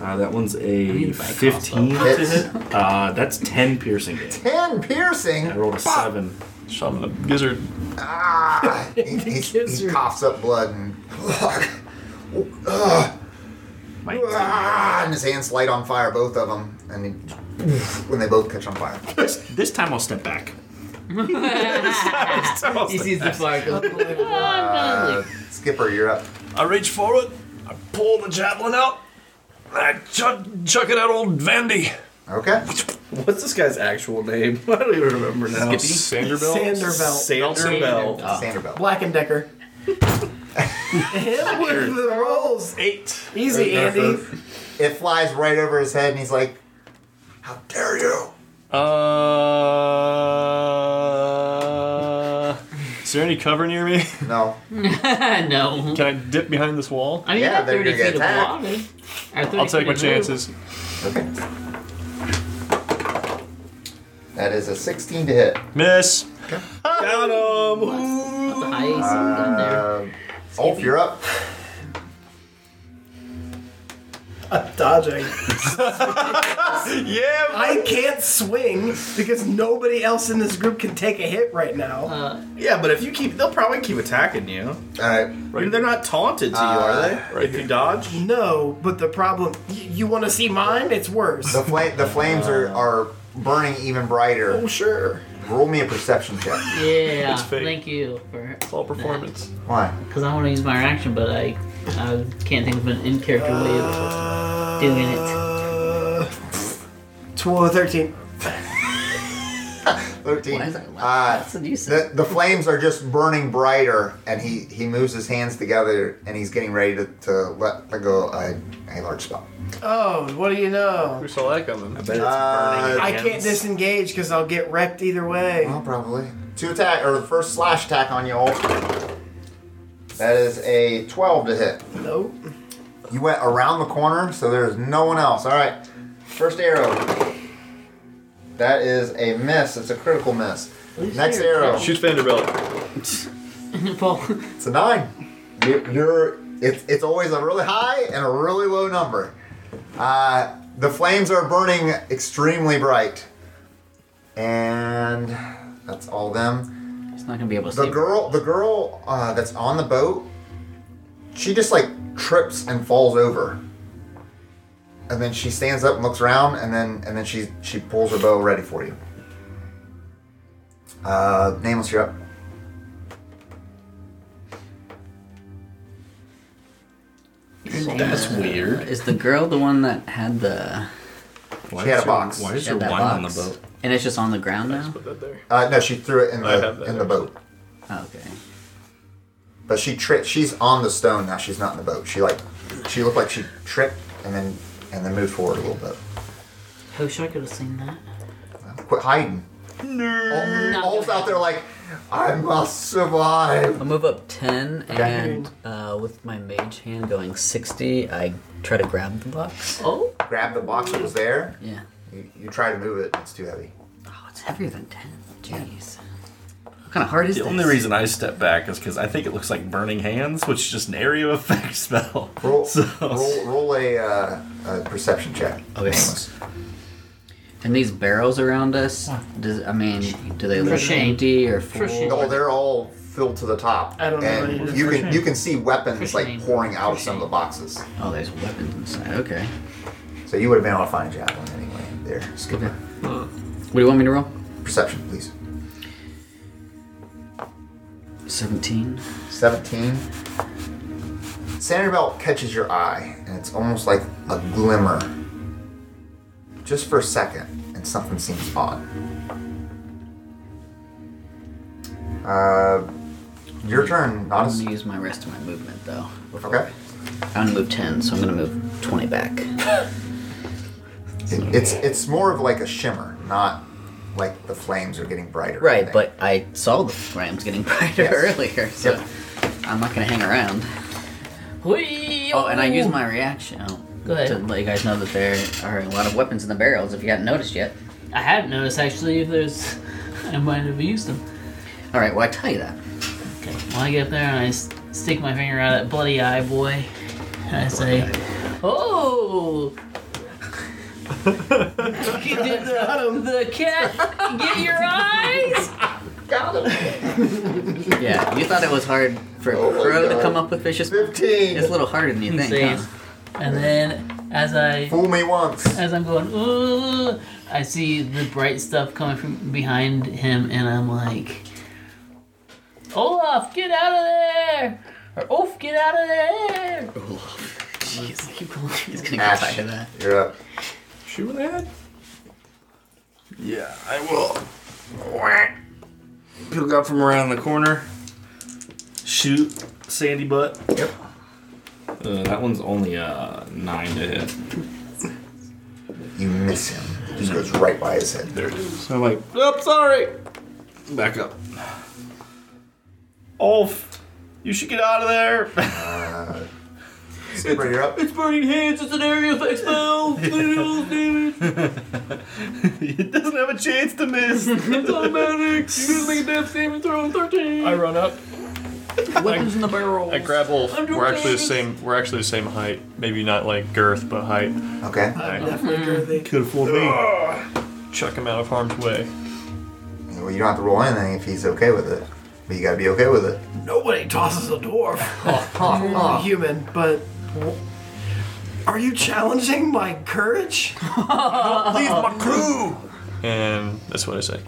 F: Uh, that one's
D: need
F: a
D: a bike
F: 15
D: also.
F: to
B: Hits.
F: hit. Uh, that's 10 piercing damage.
B: Ten piercing.
F: I <laughs> rolled a 7.
E: Summon the gizzard.
B: Ah! He, he,
C: gives
B: he
C: her-
B: coughs up blood and. Ugh. Ah, and his hands light on fire, both of them. And he, when they both catch on fire.
F: This, this time I'll
D: <laughs>
F: step back. This time I'll
D: He
F: step
D: sees the sparkle.
B: Uh, Skipper, you're up.
E: I reach forward. I pull the javelin out. and I chuck, chuck it at old Vandy.
B: Okay.
F: What's this guy's actual name? I don't even remember now.
E: Sanderbelt.
C: Sanderbelt.
F: Sander Bell.
B: Sanderbell.
C: Black and Decker. Him with the rolls.
E: Eight.
C: Easy, Andy.
B: It flies right over his head, and he's like, "How dare you!"
E: Uh, is there any cover near me? <laughs>
B: No.
D: <laughs> no.
E: Can I dip behind this wall?
D: I mean,
B: Yeah,
D: yeah,
B: they're
D: 30
B: gonna get
D: feet of
B: attacked.
D: water. Or 30
E: I'll take
D: feet
E: my
D: of
E: chances.
B: Okay. That is a 16 to hit.
E: Miss.
F: Got him!
D: That's the highest you've done there.
B: Um, Ulf, you're up.
C: I'm dodging.
E: Yeah.
C: I can't swing because nobody else in this group can take a hit right now.
F: Yeah, but if you keep, they'll probably keep attacking you.
B: All right.
F: They're not taunted to you, are they? if you dodge,
C: no, but the problem. y- You want to see mine? It's worse.
B: The, fla- the flames are, are burning even brighter.
C: Oh, sure.
B: Roll me a perception check.
D: Yeah,
E: It's fake.
D: thank you for
E: It's all performance.
B: Why?
D: because I want to use my reaction, but I I can't think of an in character way of doing it.
C: Uh, 12, 13.
B: 13.
G: Why is that loud?
B: Uh,
G: That's what you said.
B: the, the flames are just burning brighter, and he, he moves his hands together and he's getting ready to, to let let go a, a large spell.
C: Oh, what do you know?
E: Who saw that coming?
F: I bet it's
B: Uh,
F: burning.
C: I can't
F: hands.
C: disengage because I'll get wrecked either way.
B: Well, probably. Two attack, or the first slash attack on you, Ulf. That is a 12 to hit.
C: Nope.
B: You went around the corner, so there's no one else. All right. First arrow. That is a miss. It's a critical miss. Next
D: you're
B: arrow.
E: Shoot Vanderbilt.
D: Paul,
B: It's a nine. You're, you're it's it's always a really high and a really low number. Uh, the flames are burning extremely bright, and that's all them.
G: It's not gonna be able to
B: The
G: save
B: girl, the girl uh, that's on the boat, she just like trips and falls over, and then she stands up and looks around, and then and then she she pulls her bow ready for you. Uh, nameless, you're up.
F: That's
G: her.
F: weird.
G: Is the girl the one that had the
F: Why
B: She had
F: is
B: a
F: there-
B: box.
F: Why is
G: she
F: there
G: had that
F: wine on the
G: box?
F: boat?
G: And it's just on the ground now.
E: Put that there.
B: Uh, no, she threw it in
E: I have
B: the
E: that
B: in the
E: actually.
B: boat.
G: Oh, okay.
B: But she tripped. She's on the stone now. She's not in the boat. She like, she looked like she tripped and then and then moved forward a little bit.
D: I wish I could have seen that.
B: Quit hiding. No. Olf's out there like, I must survive.
G: I'll move up 10,
B: Okay.
G: and uh, with my mage hand going 60, I try to grab the box.
D: Oh,
B: Grab the box that was there.
G: Yeah.
B: You, you try to move it. It's too heavy.
G: Oh, it's heavier than 10. Jeez. What kind of hard is
F: The
G: this?
F: only reason I step back is because I think it looks like burning hands, which is just an area of <laughs> effect spell.
G: <laughs>
B: Roll,
F: So-
B: roll, roll a, uh, a perception check.
G: Okay.
B: Nameless.
G: And these barrels around us, does, I mean, do they look
D: shame.
G: empty or
D: For
G: full?
D: shame.
B: Oh, they're all filled to the top.
C: I don't know what it
B: And
C: is.
B: you
C: For
B: can you can see weapons
D: For
B: like
D: shame.
B: pouring out of
D: For
B: some of the
D: shame.
B: boxes.
G: Oh, there's weapons inside. Okay.
B: So you would have been able to find a javelin anyway. There,
G: Okay.
B: skipper.
G: What do you want me to roll?
B: Perception, please.
G: 17.
B: 17. Sander Belt catches your eye, and it's almost like a glimmer. Just for a second, and something seems odd. Uh, your turn,
G: I'm going
B: Nodus.
G: to use my rest of my movement, though. before-
B: Okay.
G: I'm going to move 10, so I'm going to move 20 back.
B: It, it's it's more of like a shimmer, not like the flames are getting brighter.
G: Right, but I saw the flames getting <laughs> brighter
B: Yes.
G: earlier, so
B: Yep.
G: I'm not gonna hang around. Oh, and I use my reaction oh,
D: Go ahead.
G: to let you guys know that there are a lot of weapons in the barrels. If you hadn't noticed yet.
D: I hadn't noticed actually. If there's, <laughs> I might have used them.
G: All right, well I tell you that.
D: Okay. Well, I get up there and I s- stick my finger out at Bloody Eye Boy, and I say, <laughs> "Oh." You did the, the cat get your <laughs> eyes?
G: Yeah, you thought it was hard for a
B: my
G: crow to
B: God.
G: come up with vicious. It's a
B: 15!
G: little harder than you think.
D: Says,
G: Huh?
D: and then as I
B: Fool me once.
D: as I'm going, ooh, I see the bright stuff coming from behind him, and I'm like, Olaf, get out of there! Or Olaf, get out of there! Jeez, keep
G: He's
D: going.
G: gonna get
B: Ash.
G: tired of that.
B: You're up.
E: Shoot with the head.
F: Yeah, I will. Peek up from around the corner. Shoot, Sandy butt.
B: Yep.
F: Uh, that one's only uh, nine to hit.
B: You miss him. Just goes right by his head.
F: There it is. So I'm like, oh, sorry. Back up. <laughs> Ulf, you should get out of there.
B: Super, you're up.
D: It's burning hands. It's an area of expel. <laughs> Spell damage.
F: it doesn't have a chance to <laughs> miss.
D: It's automatic. You just make a death saving throw on thirteen.
E: I run up.
D: Weapons in the barrel.
E: I grab Wolf.
D: I'm doing
E: We're actually the
D: things.
E: same. We're actually the same height. Maybe not like girth, but height.
B: Okay.
C: Definitely girthy.
F: Could have fooled me.
E: Chuck him out of harm's way.
B: Well, you don't have to roll anything if he's okay with it. But you gotta be okay with it.
C: Nobody tosses a dwarf. I'm not human, but. Are you challenging my courage?
B: Leave my crew!
E: And that's what I say.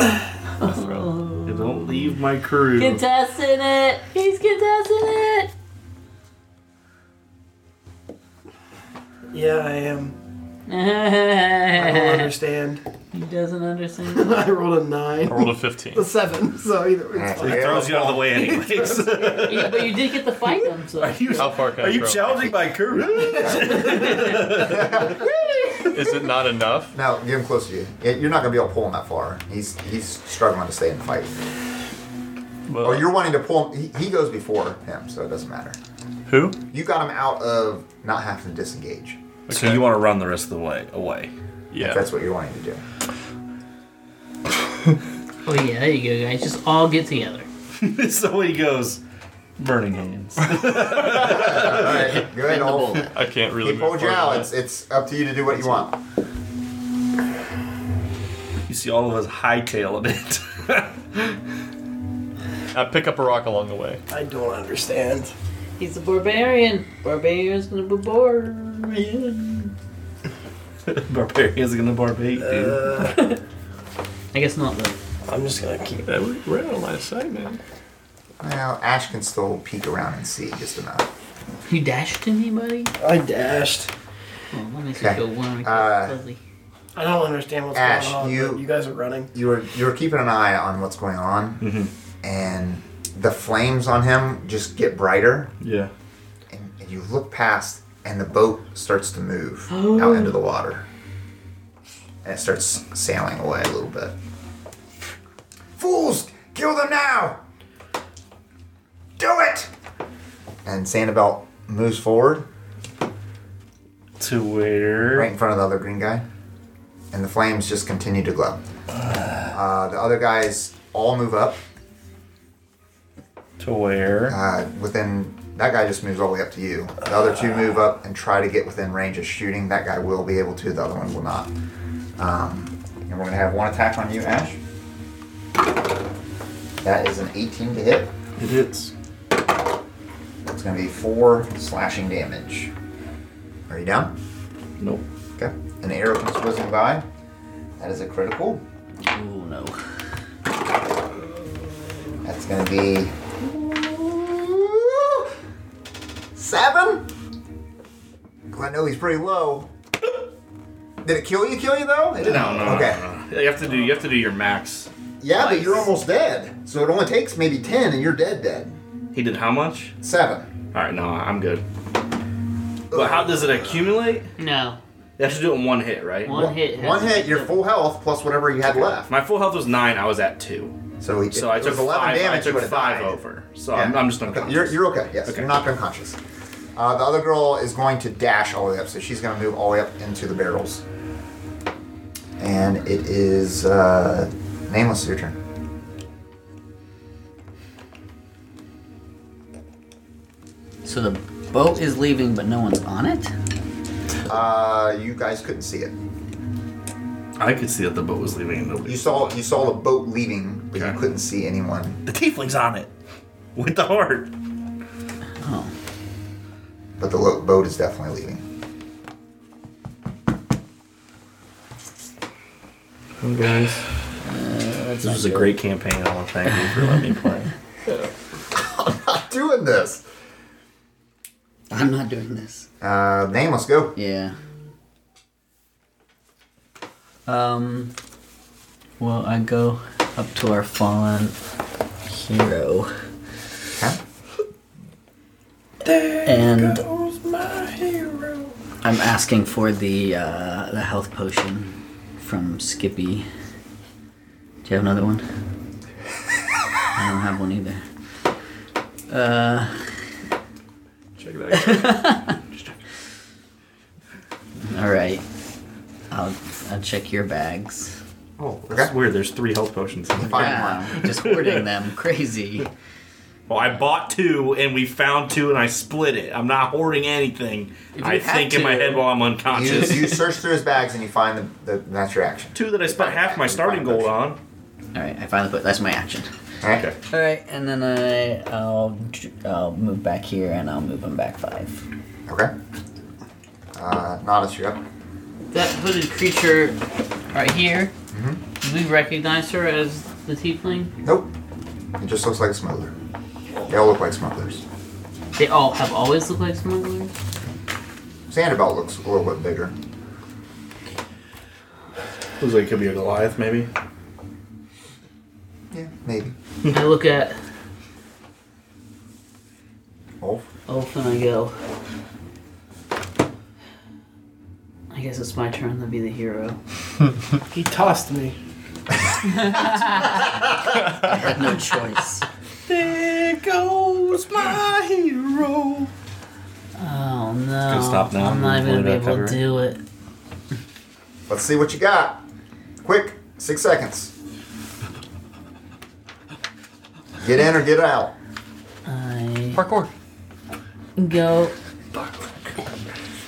E: I throw.
F: Don't leave my crew.
D: Contesting it. He's contesting it.
C: Yeah, I am. I don't
D: <laughs> he
C: understand. <laughs>
D: doesn't
F: <laughs>
D: understand.
C: I rolled a
E: <laughs> I
C: nine.
E: rolled a 15.
C: A seven, so either way. it's fine.
B: Okay,
F: Throws you out of the way, anyways.
D: Yeah, but you did get the fight them, so.
E: How far can
F: <laughs> Are
E: I
F: you
E: throw?
F: challenging my crew?
E: Is it not enough?
B: Now, get him close to you. Yeah, You're not gonna be able to pull him that far. He's he's struggling to stay in the fight.
E: Well,
B: Or you're wanting to pull him. He, he goes before him, so it doesn't matter.
E: who?
B: You got him out of not having to disengage.
F: So you want to run the rest of the way away? <laughs>
E: Yeah.
B: That's what you're wanting to do.
D: Oh yeah, there you go, guys. Just all get together.
F: so he goes, burning hands. <laughs>
B: All right, go ahead, Olaf.
E: I can't really.
B: He
E: move
B: pulled you
E: forward
B: out.
E: on
B: It's, it's up to you to do what you want.
F: you see all of us hightailing it.
E: that. I pick up a rock along the way.
C: I don't understand.
D: He's a barbarian. Barbarian's gonna be barbarian.
F: <laughs> Barbarian's gonna barbate, dude.
D: <laughs> I guess not though.
C: I'm just gonna keep
E: That was right on my side, man.
B: Well, Ash can still peek around and see just enough.
D: You dashed to me, buddy?
C: I dashed.
D: Oh, let me see
B: Okay.
D: go one.
B: Uh,
D: fuzzy.
C: I don't understand what's
B: Ash,
C: going on.
B: you-
C: but you guys are running.
B: You were you were keeping an eye on what's going on, and the flames on him just get brighter,
F: Yeah.
B: and, and you look past, and the boat starts to move out into the water, and it starts sailing away a little bit. Fools, kill them now! Do it! And Sandabelt moves forward,
F: To where?
B: right in front of the other green guy, and the flames just continue to glow. Uh, the other guys all move up.
F: To where?
B: Uh, within that guy just moves all the way up to you. The other two move up and try to get within range of shooting. That guy will be able to. The other one will not. Um, and we're gonna have one attack on you, Ash. That is an 18 to hit.
F: it is.
B: It's gonna be four slashing damage. Are you down?
F: Nope.
B: Okay. An arrow comes whizzing by. That is a critical.
G: Oh no.
B: That's gonna be seven. 'Cause I know he's pretty low. Did it kill you? Kill you though? It didn't.
F: No, no, no,
B: Okay.
F: no, no. You have to do. You have to do your max.
B: Yeah, but you're almost dead. So it only takes maybe ten, and you're dead. Dead.
F: He did how much?
B: Seven.
F: All right, no, I'm good. But how does it accumulate?
D: No.
F: You have to do it in one hit, right?
D: One hit. has
B: One
D: to
B: hit.
D: be
B: Your
D: the-
B: full health plus whatever you had left.
F: My full health was nine. I was at two.
B: So he.
F: So I
B: it
F: took
B: was eleven
F: five.
B: damage.
F: I took
B: you would've
F: five
B: died.
F: over. So
B: Yeah.
F: I'm, I'm just
B: Okay,
F: unconscious.
B: You're, you're okay. Yes,
F: Okay.
B: you're knocked unconscious. Uh, the other girl is going to dash all the way up, so she's going to move all the way up into the barrels. And it is uh, nameless. Your turn.
G: So the boat is leaving, but no one's on it.
B: Uh, you guys couldn't see it.
F: I could see that the boat was leaving. And nobody.
B: You saw you saw the boat leaving, but
F: Okay.
B: you couldn't see anyone.
F: the tiefling's on it with the heart.
G: Oh.
B: But the lo- boat is definitely leaving.
E: guys.
F: This was a great campaign. I want to thank you for letting me play.
B: Not doing this.
G: I'm not doing this.
B: Uh, nameless, go.
G: Yeah. Um. Well, I go up to our fallen hero,
B: Okay.
G: and I'm asking for the uh, the health potion from Skippy. Do you have another one? I don't have one either. Uh,
E: Check
F: joking. actually.
G: <laughs> All right. I'll I'll check your bags.
F: oh, that's
B: Okay.
F: weird. There's three health potions. in there.
B: Fine.
G: Wow, just hoarding them, crazy.
F: Well, I bought two and we found two and I split it. I'm not hoarding anything.
G: If you
F: I
G: had
F: think in my
G: to-
F: head while I'm
B: You,
F: unconscious.
B: you search through his bags and you find the, the that's your action.
F: <laughs> two that I spent half my starting gold on.
G: All right, I finally put that's my action.
B: All right.
F: Okay.
G: All right, and then I I'll I'll move back here and I'll move them back five.
B: Okay. Uh, Nodus, you're up.
D: That hooded creature right here,
G: Mm-hmm.
D: do we recognize her as the tiefling?
B: Nope. It just looks like a smuggler. They all look like smugglers.
D: They all have always looked like smugglers?
B: Sandoval looks a little bit bigger.
F: Looks like it could be a Goliath, maybe.
B: Yeah, maybe.
D: I look at
B: Wolf.
D: Ulf and oh, I go. I guess it's my turn to be the hero.
C: He tossed me.
G: I had no choice.
F: There goes my hero.
D: Oh no.
F: gonna stop now.
D: I'm not even
F: What
D: gonna be
F: did I
D: able to
F: cover?
D: do it.
B: Let's see what you got. Quick, six seconds. Get in or get out.
D: I
E: Parkour.
D: go.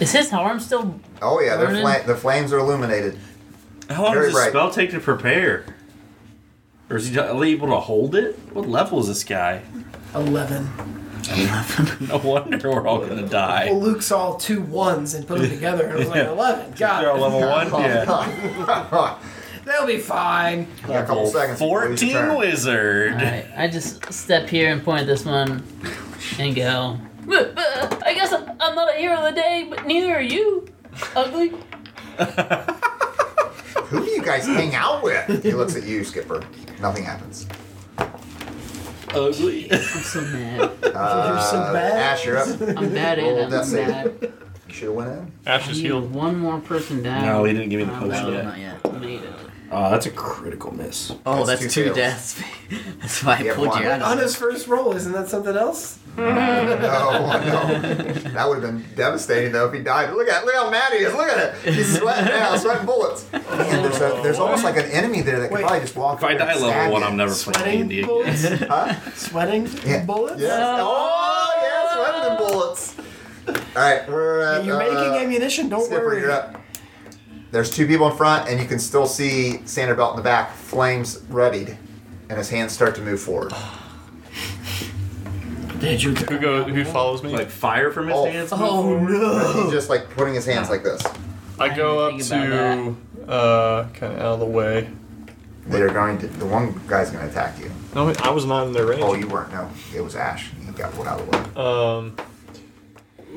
D: Is his arm still?
B: Oh yeah, their,
D: Burning.
B: fla- their flames are illuminated.
F: How long
B: Very
F: does a
B: bright.
F: spell take to prepare? Or is he only able to hold it? What level is this guy?
C: Eleven.
F: No wonder we're all gonna
C: Well,
F: die.
C: Luke saw two ones and put them together, and I was like,
F: <laughs> Yeah.
C: eleven. God,
F: They're all level one. Yeah.
C: they'll be fine.
B: You got a couple seconds. before you lose your
F: Fourteen
B: turn.
F: wizard.
D: Alright, I just step here and point at this one and go. <laughs> "But- but I guess I'm I'm not a hero of the day, but neither are you, ugly.
B: Who do you guys hang out with? He looks at you, Skipper. Nothing happens.
F: Ugly.
D: I'm so mad.
B: Uh,
C: so bad.
B: Ash, you're up. You <laughs>
D: I'm mad
B: Roll
D: and
B: that
D: I'm
B: save.
D: mad.
B: should have went in.
E: Ashes healed.
D: One more person down.
F: No, he didn't give me the
D: I
F: potion
D: would've
F: yet.
G: Not yet.
D: made it.
F: Oh, that's a critical miss.
G: Oh,
B: That's
G: that's,
B: two
G: two,
B: fails.
G: deaths. <laughs> that's why I
B: You have
G: pulled
B: one.
G: you out.
C: On
G: Of
C: his first roll, isn't that something else?
B: <laughs> No, no. That would have been devastating though if he died. Look at look how mad he is. Look at it. He's sweating now, sweating
F: <laughs>
B: bullets. Man, there's, a, there's almost like an enemy there that could
C: Wait.
B: probably just walk.
F: Oh, If I die level one, I'm never playing
C: Sweating
F: D&D again.
C: bullets.
B: Huh?
C: Sweating
B: Yeah.
C: bullets.
B: Yes. Oh, yeah, sweating them bullets. All right, we're at.
C: You're
B: uh,
C: making ammunition. Don't
B: Skipper,
C: worry.
B: you're up. There's two people in front, and you can still see Sanderbelt in the back, flames readied, and his hands start to move forward.
C: Did you?
E: Who go? Who follows
F: <laughs>
E: me?
F: Like fire from his
B: Oh.
F: hands.
G: Oh
F: <gasps>
G: no!
B: He's just like putting his hands like this.
E: I go
D: I
E: up
D: didn't think
E: to uh, kind of out of the way.
B: They're going to. The one guy's going to attack you.
E: No, I was not in their range.
B: Oh, you weren't. No, it was Ash. He got pulled out of the way.
C: Oh,
E: Um,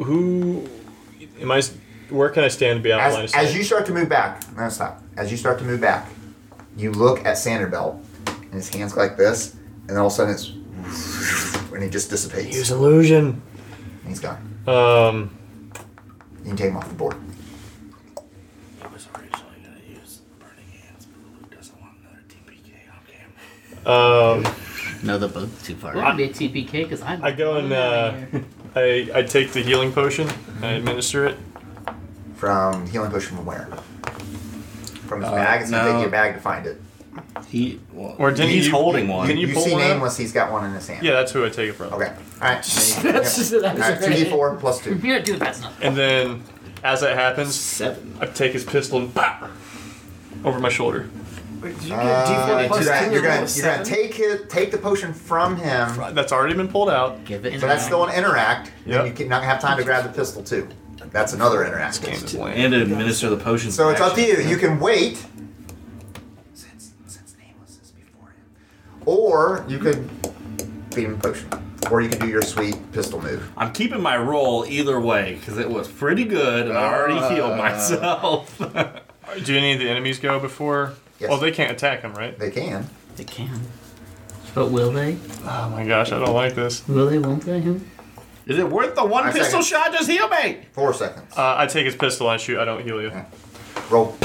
E: who am I? s- Where can I stand to be out of line
B: As,
E: of
B: as
E: sight?
B: you start to move back, no stop. As you start to move back, you look at Sanderbelt, and his hands go like this, and all of a sudden it's, and he just dissipates.
E: Use illusion.
B: and he's gone.
E: Um,
B: You can take him off the board.
F: I was originally gonna use burning hands, but Luke doesn't want another TPK on camera.
E: um,
G: No, the boat's too far.
D: That would be a TPK because I'm.
E: I go and,
D: I'm outta
E: uh,
D: here.
E: I I take the healing potion. I administer it.
B: From healing potion from where? From
E: Uh,
B: his bag. It's gonna
F: no.
B: take you a bag to find it.
F: He well,
E: Or didn't
F: he's
E: you-
F: holding one.
E: Can you
B: you
E: pull
B: see
E: one out?
B: nameless. He's got one in his hand.
E: Yeah, that's who I take it from.
B: Okay. All
C: <laughs>
B: right.
C: That's just
B: All right. Two d
C: that's
B: four plus two.
D: You're not doing fast enough.
E: And then, as that happens,
F: Seven.
E: I take his pistol and pop over my shoulder.
C: Wait, did you get
B: Uh,
C: D4 plus
B: you're
C: two
B: gonna, you're
C: or
B: gonna,
C: plus
B: you're gonna
C: seven?
B: take it, take the potion from him.
E: That's already been pulled out.
G: Give it.
B: So that's still an interact.
E: Yep.
B: And you can not have time to grab the pistol too. That's another interact.
E: Game is lame.
F: And to administer the potion.
B: So it's up to you. You can wait,
F: Since, since nameless is before him.
B: or you could beat him with potion, or you can do your sweet pistol move.
F: I'm keeping my roll either way because it was pretty good, and I already
B: Uh.
F: healed myself. <laughs>
E: Do any of the enemies go before?
B: Yes.
E: Well, they can't attack him, right?
B: They can.
G: It can.
D: But will they?
E: Oh my gosh, I don't like this.
B: Mm.
D: Will they? Won't they? Who?
F: is it worth the one
B: I
F: pistol
B: second.
F: shot? Just heal me.
B: Four seconds.
E: Uh, I take his pistol. I shoot. I don't heal you.
B: Roll.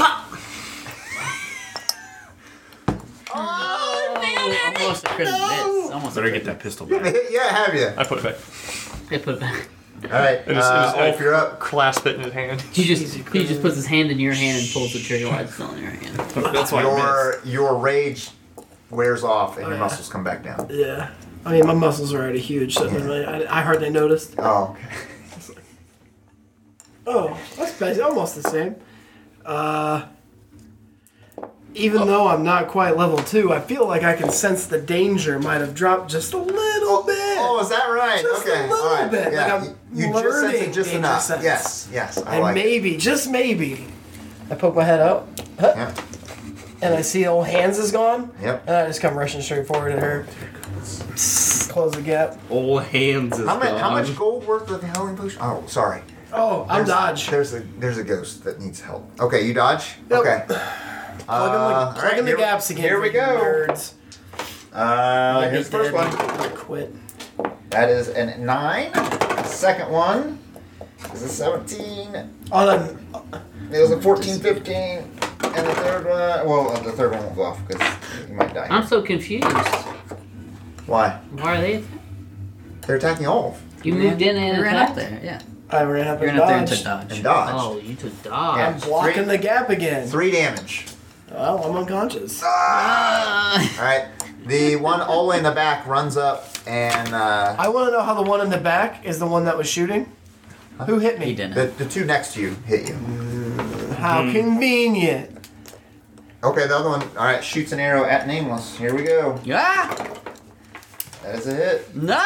D: Almost a critical miss. Almost a
F: Better get
D: critical
F: that pistol back.
B: <laughs> yeah, have you?
E: I put it back.
D: miss. I put it back. <laughs>
B: All right,
E: It is- it
B: uh,
E: is-
B: Ulf, you're up.
E: Clasp it in his <laughs> hand.
D: He just he just puts his hand in your hand and pulls the trigger while it's still in your hand.
F: That's why I
B: Your your rage wears off
F: Oh,
B: and your
C: yeah.
B: muscles come back down.
C: Yeah. I mean, my muscles are already huge, so it doesn't really- I, I hardly noticed.
B: Oh, okay.
C: Oh, that's basically almost the same. Uh, even though I'm not quite level two, I feel like I can sense the danger might have dropped just a little bit.
B: Oh, is that right?
C: Just a
B: okay,
C: little
B: all right.
C: bit,
B: Yeah.
C: like I'm
B: you you just sense
C: learning
B: it just
C: danger
B: enough.
C: sense.
B: Yes, yes, I
C: and
B: like. it.
C: maybe, just maybe, I poke my head out, huh,
B: Yeah.
C: and I see old hands is gone.
B: Yep.
C: And I just come rushing straight forward at her. Close the gap.
F: missed. Old hands is
B: How much? How
F: gone.
B: much gold worth of healing potion? Oh, sorry.
C: Oh, I'm dodge.
B: There's a there's a ghost that needs help. Okay, you dodge.
C: Yep. <sighs>
B: Okay.
C: Plug in the,
B: Uh,
C: plug
B: all right,
C: in the
B: here-
C: gaps again.
B: Here we
C: for you
B: go.
C: Nerds.
B: Uh,
C: Might
B: here's the
C: be
B: first
C: dead.
B: one.
C: I Quit.
B: That is an nine. Second one is a seventeen.
C: Oh, then,
B: It was a 14, 15. And the third one, well, uh, the third one will go off because you might die.
D: I'm so confused. Why
B: Why?
D: are they?
B: They're attacking Olaf
D: You moved in and
G: You ran
D: attacked?
G: up there, yeah.
C: I ran up
G: You
C: and
G: ran up there and took
C: dodged.
B: and
G: dodge.
B: dodge.
D: Oh, you took dodge.
B: Yeah.
C: I'm blocking
B: Three-
C: the gap again.
B: Three damage.
C: Well, I'm unconscious.
G: Ah!
B: All right. The one Ola in the back runs up and uh,
C: I want to know how the one in the back is the one that was shooting. Who hit me?
G: he didn't.
B: the, the two next to you hit you.
C: How
F: Hmm.
C: convenient.
B: Okay, the other one, all right, shoots an arrow at Nameless. Here we go.
G: Yeah!
B: That is a hit.
G: No!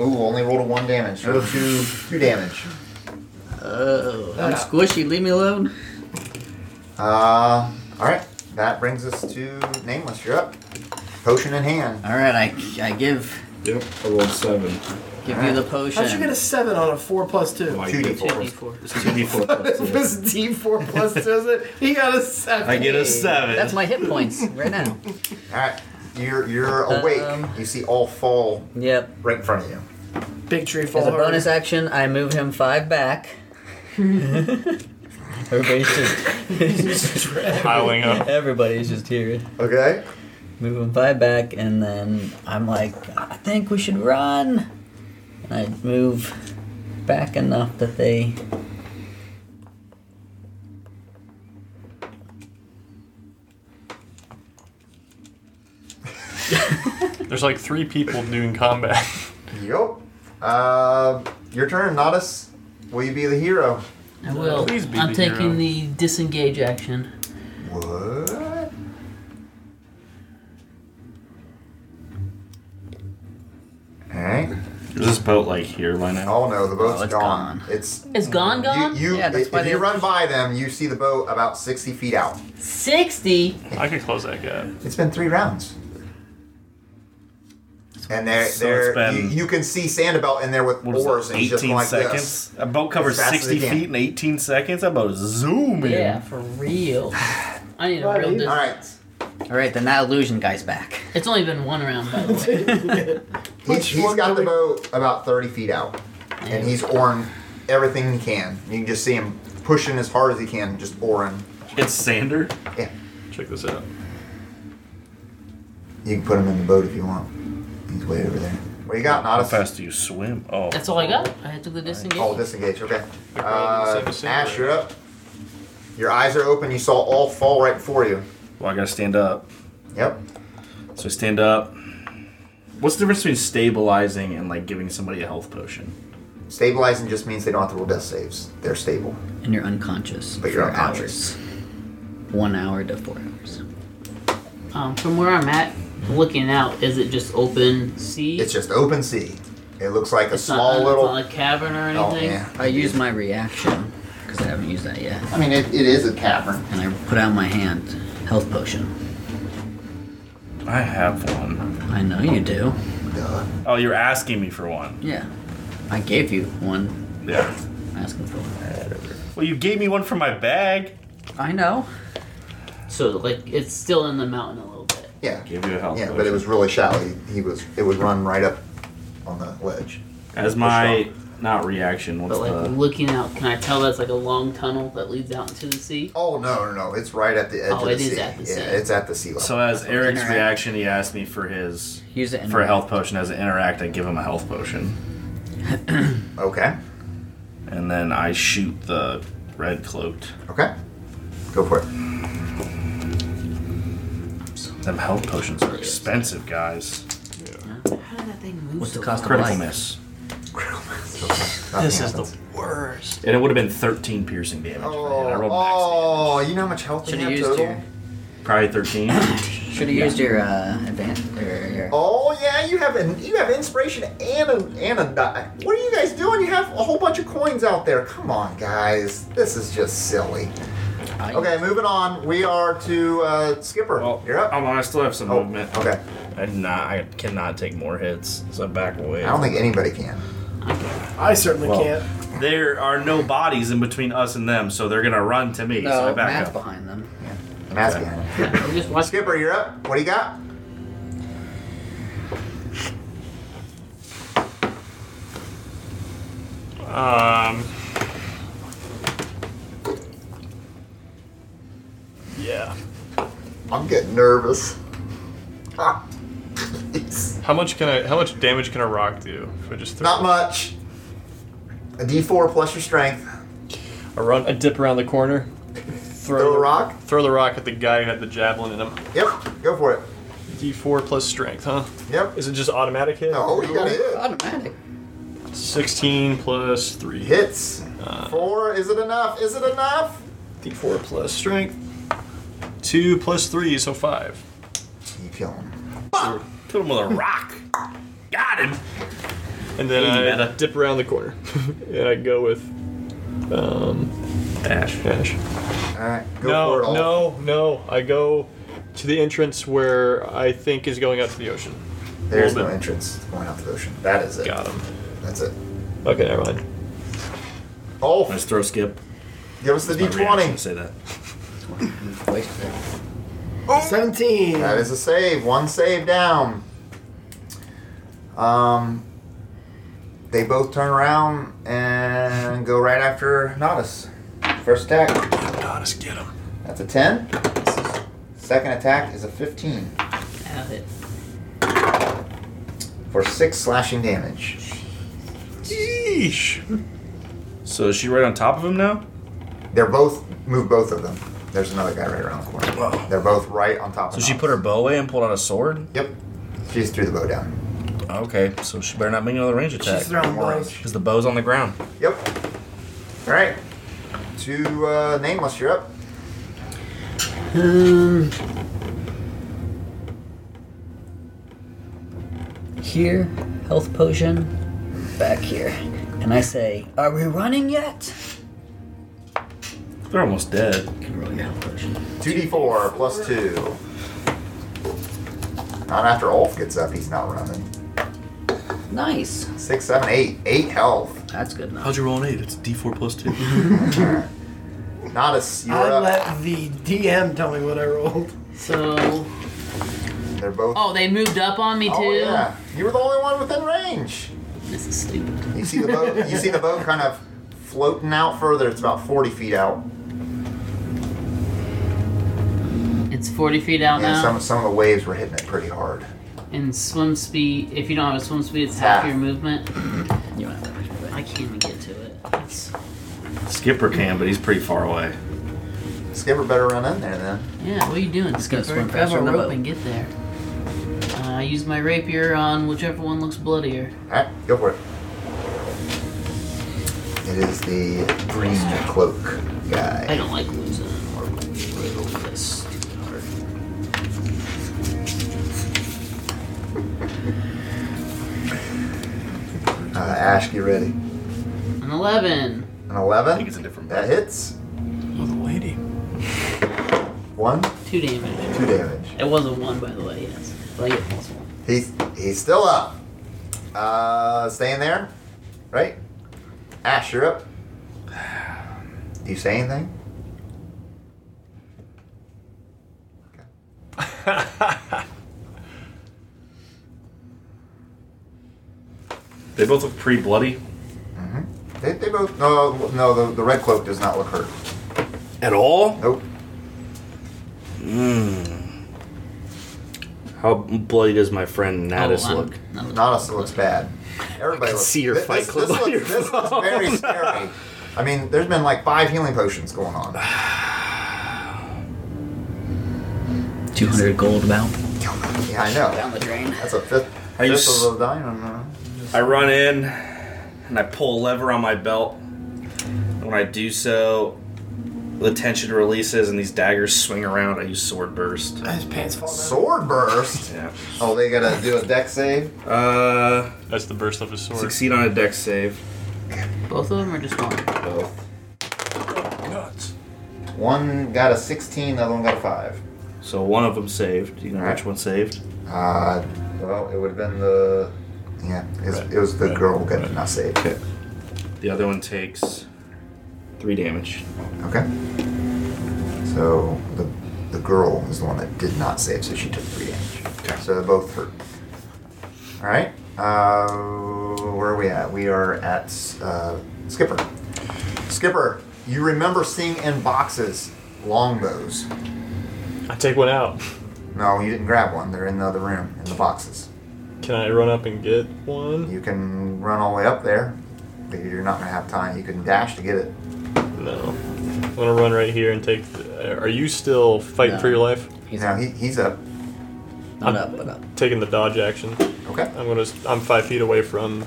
B: Ooh, only rolled a one damage. So two, two damage.
G: Oh, I'm
C: Yeah.
G: squishy. Leave me alone.
B: Uh, all right. That brings us to Nameless. You're up. Potion in hand.
G: All right, I, I give
F: Yep, I rolled seven.
G: give you the potion.
C: How'd you get a seven on a four plus two?
F: I
B: Two
F: get
B: d4.
F: It's
B: <laughs>
F: 2d4 plus
C: <laughs> It
F: Oh two.
C: was D four plus two. is it? He got a seven.
F: I get a seven.
G: That's my hit points right now.
B: All right, you're you're awake.
G: Um,
B: you see all fall
G: <laughs> Yep.
B: right in front of you.
C: Big tree fall.
G: As a
C: hard.
G: bonus action, I move him five <laughs> back. everybody's <laughs> just
E: Piling up.
G: everybody's just here.
B: Okay.
G: Move him five back, and then I'm like, I think we should run. And I move back enough that they.
E: There's like three people doing combat. <laughs>
B: Yup. Uh, your turn, Nodus. Will you be the hero?
D: I will.
E: Please be
D: I'm
E: the
D: taking the
E: hero.
D: disengage action.
B: What? Alright.
F: Is this boat like here by now?
B: Oh no, the boat's
G: Oh, it's
B: gone.
G: gone.
B: It's
D: It's gone, gone.
B: you. you
G: Yeah, that's
B: if
G: why
B: if
G: they-
B: you run by them, you see the boat about sixty feet out.
D: Sixty.
E: I could close that gap.
B: It's been three rounds. And they're,
H: So
B: they're
H: it's been-
B: you, you can see Sandabelt in there with
H: What is that,
B: oars and he's just
H: 18
B: like this.
H: seconds? A boat covers
B: As fast as
H: 60
B: they can.
H: feet in 18 seconds? That boat is zooming.
D: Yeah, for real. I need a
C: Right.
D: real distance.
B: All right,
G: All right, then that illusion guy's back.
D: It's only been one round, by the way.
B: He's, he's
C: one
B: got
C: do
B: the
C: we-
B: boat about 30 feet out, and he's oaring everything he can. You can just see him pushing as hard as he can, just oaring.
F: It's Sander.
B: Yeah,
E: Check this out.
B: you can put him in the boat if you want. He's way over there. What do you got,
H: How
B: Not
H: fast do you swim? Oh.
D: That's all I got. I had to the disengage.
B: Oh, disengage. Okay.
E: They're probably in
B: Uh,
E: the same
B: Ash,
E: area.
B: you're up. Your eyes are open. You saw all fall right before you.
H: Well, I gotta stand up.
B: Yep.
H: So I stand up.
F: What's the difference between stabilizing and like giving somebody a health potion?
B: Stabilizing just means they don't have to roll death saves. They're stable.
G: And you're unconscious.
B: But you're
G: for
B: unconscious.
G: hours. One hour to four hours.
B: Oh,
D: Um, from where I'm at, looking out, is it just open sea?
B: It's just open sea. It looks like a
D: It's not-
B: small
D: it's
B: little.
D: not a cavern or
B: oh
D: anything.
B: man.
G: I use my reaction, because I haven't used that yet,
B: I mean, it, it is a cavern.
G: and I put out my hand. Health potion.
H: I have one.
G: I know you do.
B: Duh.
H: Oh, you're asking me for one.
G: Yeah. I gave you one.
H: Yeah.
G: Asking for one.
H: Well, you gave me one from my bag.
G: I know.
D: So like it's still in the mountain a little bit.
B: Yeah.
F: Give you a health
B: Yeah,
F: potion.
B: but it was really shallow. He, he was. It would run right up on the ledge.
F: As my not reaction, what's
D: But like
B: Uh.
F: the
D: looking out, can I tell that's like a long tunnel that leads out into the sea?
B: Oh no, no, no! It's right at the edge
D: Oh,
B: of the
D: it
B: sea.
D: is at the
B: yeah,
D: sea.
B: it's at the sea level.
H: So as Eric's
G: Interact.
H: reaction, he asked me for his
G: Use it in
H: for a health potion. As an interact, I give him a health potion.
B: Okay.
H: and then I shoot the red cloaked.
B: Okay. Go for it.
H: Them health potions are expensive, guys.
B: Oh.
G: How did that thing move
D: What's
G: so
D: the cost of
H: Critical
D: life?
H: miss.
B: Nothing
E: This is
B: happens.
E: the worst.
H: And it would have been 13 piercing damage. if I hit. I rolled max
B: Oh, oh, you know how much health you
G: Should've
B: have
G: used
B: total?
G: your-
H: damage. Probably 13.
G: Should have used your uh, advance or your.
B: Oh yeah, you have an you have inspiration and a and a die. What are you guys doing? You have a whole bunch of coins out there. Come on, guys. This is just silly. Okay, moving on. We are to uh, Skipper.
F: <coughs> Well,
B: You're up.
F: I'm on. I still have some
B: Oh,
F: movement.
B: okay.
F: I did not. I cannot take more hits, so I back away.
B: I don't think anybody can.
C: I certainly
F: Well,
C: can't.
F: There are no bodies in between us and them, so they're gonna run to me. so I
G: No,
F: back
G: Matt's
F: up.
G: behind them.
B: I'm asking. you.
D: We just watch.
B: Skipper, you're up. What do you got?
E: Um. Yeah.
B: I'm getting nervous. Ah. <laughs> It's
E: How much can I? How much damage can a rock do? If I just throw
B: not much. A D4 plus your strength.
E: I run, I dip around the corner,
B: Throw a rock.
E: throw the rock at the guy who had the javelin in him.
B: Yep. Go for it.
E: D4 plus strength, huh?
B: Yep.
E: Is it just automatic hit?
B: Oh, you got it.
G: Automatic.
E: 16 plus 3.
B: Hits.
E: Uh.
B: Four. Is it enough? Is it enough?
E: D4 plus strength. 2 plus 3, so 5.
B: You kill him.
F: Put him with a rock. Got him.
E: And then
F: Hey,
E: I
F: meta.
E: dip around the corner. <laughs> and I go with. Um,
F: Dash.
E: dash.
B: All right. Go for it.
E: No,
B: all.
E: no, no. I go to the entrance where I think is going out to the ocean.
B: There's
E: Hold
B: no
E: it.
B: entrance going out to the ocean. That is it.
E: Got him.
B: That's it.
E: Okay, never mind.
B: Oh,
F: Let's throw skip.
B: give us the
F: My reaction to
B: d20.
F: Say that.
G: Wasted.
C: 17.
B: That is a save. One save down. Um, they both turn around and go right after Nodus. First attack.
E: Gotta get him.
B: That's a 10. Second attack is a 15
D: Have it.
B: for six slashing damage.
E: Yeesh.
F: So is she right on top of him now?
B: They're both move both of them. There's another guy right around the corner.
F: Whoa.
B: They're both right on top.
F: So
B: of
F: she
B: Nodus.
F: put her bow away and pulled out a sword.
B: Yep. She just threw the bow down.
F: Okay, so she better not make another range attack.
C: She's throwing blows.
F: Because the bow's on the ground.
B: Yep. All right. To uh, nameless, you're up.
G: Um, here, health potion, back here. And I say, Are we running yet?
F: They're almost dead.
G: You can roll your health potion.
B: 2d4 plus 2. Not after Ulf gets up, he's not running.
G: Nice.
B: Six, seven, eight, eight health.
G: That's good enough.
F: How'd you roll an eight? It's D four plus two.
B: Not as you're
C: I
B: up.
C: let the DM tell me what I rolled. <laughs>
D: So.
B: They're both.
D: Oh, they moved up on me too.
B: Oh, yeah. You were the only one within range.
D: This is stupid.
B: You see the boat. you see the boat kind of floating out further. It's about 40 feet out.
D: It's 40 feet out
B: Yeah,
D: now.
B: some some of the waves were hitting it pretty hard.
D: And swim speed, if you don't have a swim speed, it's half
B: Half.
D: your movement.
G: You don't have that much, but
D: I can't even get to it. It's,
F: Skipper can, but he's pretty far away.
B: Skipper better run in there then.
D: yeah, what are you doing?
G: It's gonna
D: Skipper?
G: swim
D: Grab
G: faster
D: a
G: than the
D: rope
G: boat.
D: and get there. Uh, I use my rapier on whichever one looks bloodier.
B: All right, go for it. It is the green cloak
D: I
B: guy.
D: don't like losing or rope. That's stupid hard.
B: Uh, Ash, get ready.
D: An 11.
B: An 11.
H: I think it's a different
B: That hits.
E: Oh, the lady.
B: <laughs> One,
D: Two damage.
B: two damage.
D: It was a one, by the way, yes. But I get plus one.
B: He's he's still up. Uh, staying there, right? Ash, you're up. Do you say anything?
F: <laughs> They both look pretty bloody.
B: They, they both no no the, the red cloak does not look hurt.
F: At all?
B: Nope.
F: How bloody does my friend Natus
D: Oh, I'm-
F: look?
D: no,
B: Nada looks bad. Everybody looks,
I: see your
B: thi-
I: Fight
B: this,
I: Club
B: This
I: on
B: looks, this looks very scary. I mean, there's been like five healing potions going on.
G: 200 gold about.
B: Yeah, I know.
G: Down the drain.
B: That's a fifth,
F: Are you
B: fifth
F: s-
B: of the diamond. huh?
F: I run in and I pull a lever on my belt. When I do so, the tension releases and these daggers swing around. I use sword burst.
C: His pants fall down.
B: Sword burst.
F: Yeah.
B: Oh, they gotta do a deck save.
F: Uh,
E: That's the burst of his sword.
F: succeed on a deck save.
D: Both of them are just one.
B: Both.
E: Nuts.
B: One got a 16, the other one got a five.
F: So one of them saved. Do you know which one saved?
B: Uh, well, it would have been the. Yeah, it's, it was the girl who got not saved. Okay.
F: The other one takes three damage.
B: So the the girl is the one that did not save, so she took three damage.
F: Okay.
B: So they both hurt. All right. Uh, where are we at? We are at uh, Skipper. Skipper, you remember seeing in boxes longbows?
J: I take one out.
B: No, you didn't grab one. They're in the other room in the boxes.
J: Can I run up and get one?
B: You can run all the way up there, but you're not gonna have time. You can dash to get it.
J: No. I'm gonna run right here and take. The, are you still fighting for
G: No.
J: your life?
G: He's
B: now he, he's up.
G: not up, but up.
J: Taking the dodge action.
B: Okay.
J: I'm gonna. I'm five feet away from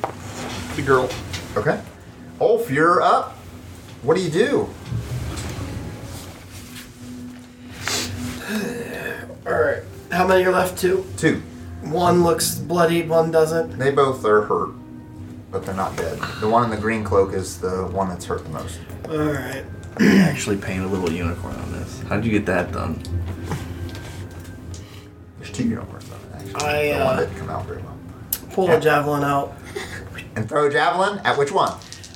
J: the girl.
B: Okay. Ulf, you're up. What do you do?
C: All right. How many are left? Two.
B: Two.
C: One looks bloodied. One doesn't.
B: They both are hurt, but they're not dead. The one in the green cloak is the one that's hurt the most.
C: All right.
F: I actually paint a little unicorn on this. How'd you get that done?
B: There's two unicorns on it, actually.
C: I,
B: the one
C: uh,
B: didn't come out very well.
C: Pull a javelin out.
B: And throw a javelin at which one?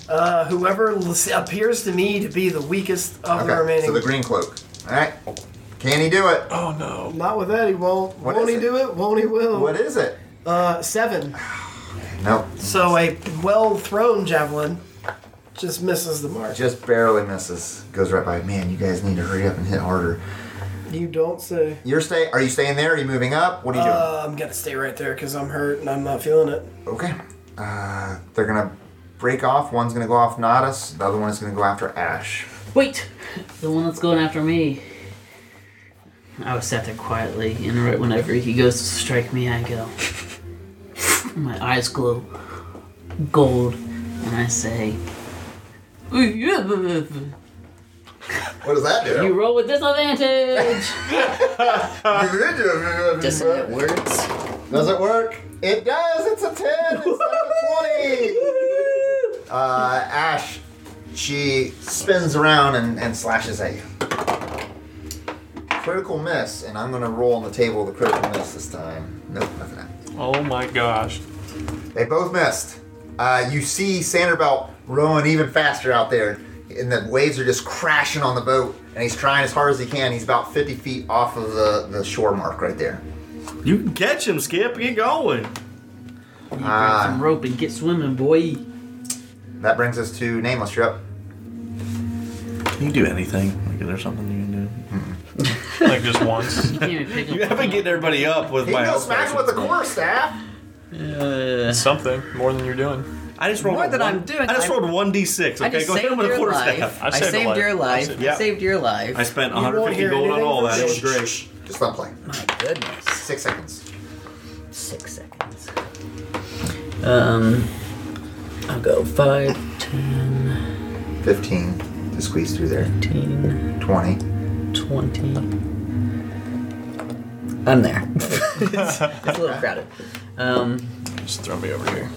C: Uh, whoever l- appears to me to be the weakest of the remaining.
B: so the green cloak. All right. Can he do it?
E: Oh no.
C: Not with that. He won't.
B: What
C: won't
B: is
C: he
B: it?
C: do it? Won't he? Will.
B: What is it?
C: Uh, seven.
B: Nope.
C: So a well thrown javelin just misses the mark.
B: Just barely misses. Goes right by. Man, you guys need to hurry up and hit harder.
C: You don't say.
B: You're stay. Are you staying there? Are you moving up? What are you
C: Uh, I'm gonna stay right there because I'm hurt and I'm not feeling it.
B: doing? Okay. Uh, they're gonna break off. One's gonna go off Nodus. The other one is gonna go after Ash.
D: Wait! The one that's going after me. I was sat there quietly, and right whenever he goes to strike me, I go. My eyes glow gold, and I say, You
B: What does that do?
D: roll with disadvantage!
G: Dissonant words.
B: Does it work? It does. It's a 10 instead of a 20. Uh, Ash, she spins around and, and slashes at you. Critical miss, and I'm going to roll on the table the critical miss this time. Nope, nothing happened.
E: Oh my gosh.
B: They both missed. Uh, you see Sanderbelt rowing even faster out there, and the waves are just crashing on the boat, and he's trying as hard as he can. He's about 50 feet off of the, the shore mark right there.
F: You can catch him, Skip. Get going.
D: You grab some rope and get swimming, boy.
B: That brings us to Nameless. You're up.
H: Can you do anything? Like, is there something you can do?
E: Like just
F: <laughs>
E: once.
D: You can't even pick up
F: You haven't getting everybody up with
B: He
F: my
B: can
F: help.
B: smash him with the core staff.
G: Uh,
J: Something more than you're doing.
F: I just rolled
G: More
F: a
G: than
F: one-
G: I'm doing,
F: I just
G: I'm-
F: rolled one d6. Okay,
G: I just
F: go hit him
G: saved
F: with a
G: your
F: quarter
G: life.
F: staff.
G: I saved, your life.
J: saved-
G: I saved your life.
F: I spent
C: won't
F: 150
C: hear
F: gold on
C: anything
F: all
C: from
F: that. It
C: me.
F: was great.
B: Just stop playing.
G: My goodness.
B: Six seconds.
G: Six seconds. Um, I'll go 5, 10,
B: Fifteen to squeeze through there.
G: 15,
B: Twenty.
G: 20. I'm there. <laughs> it's, it's a little crowded. Um,
E: Just throw me over here.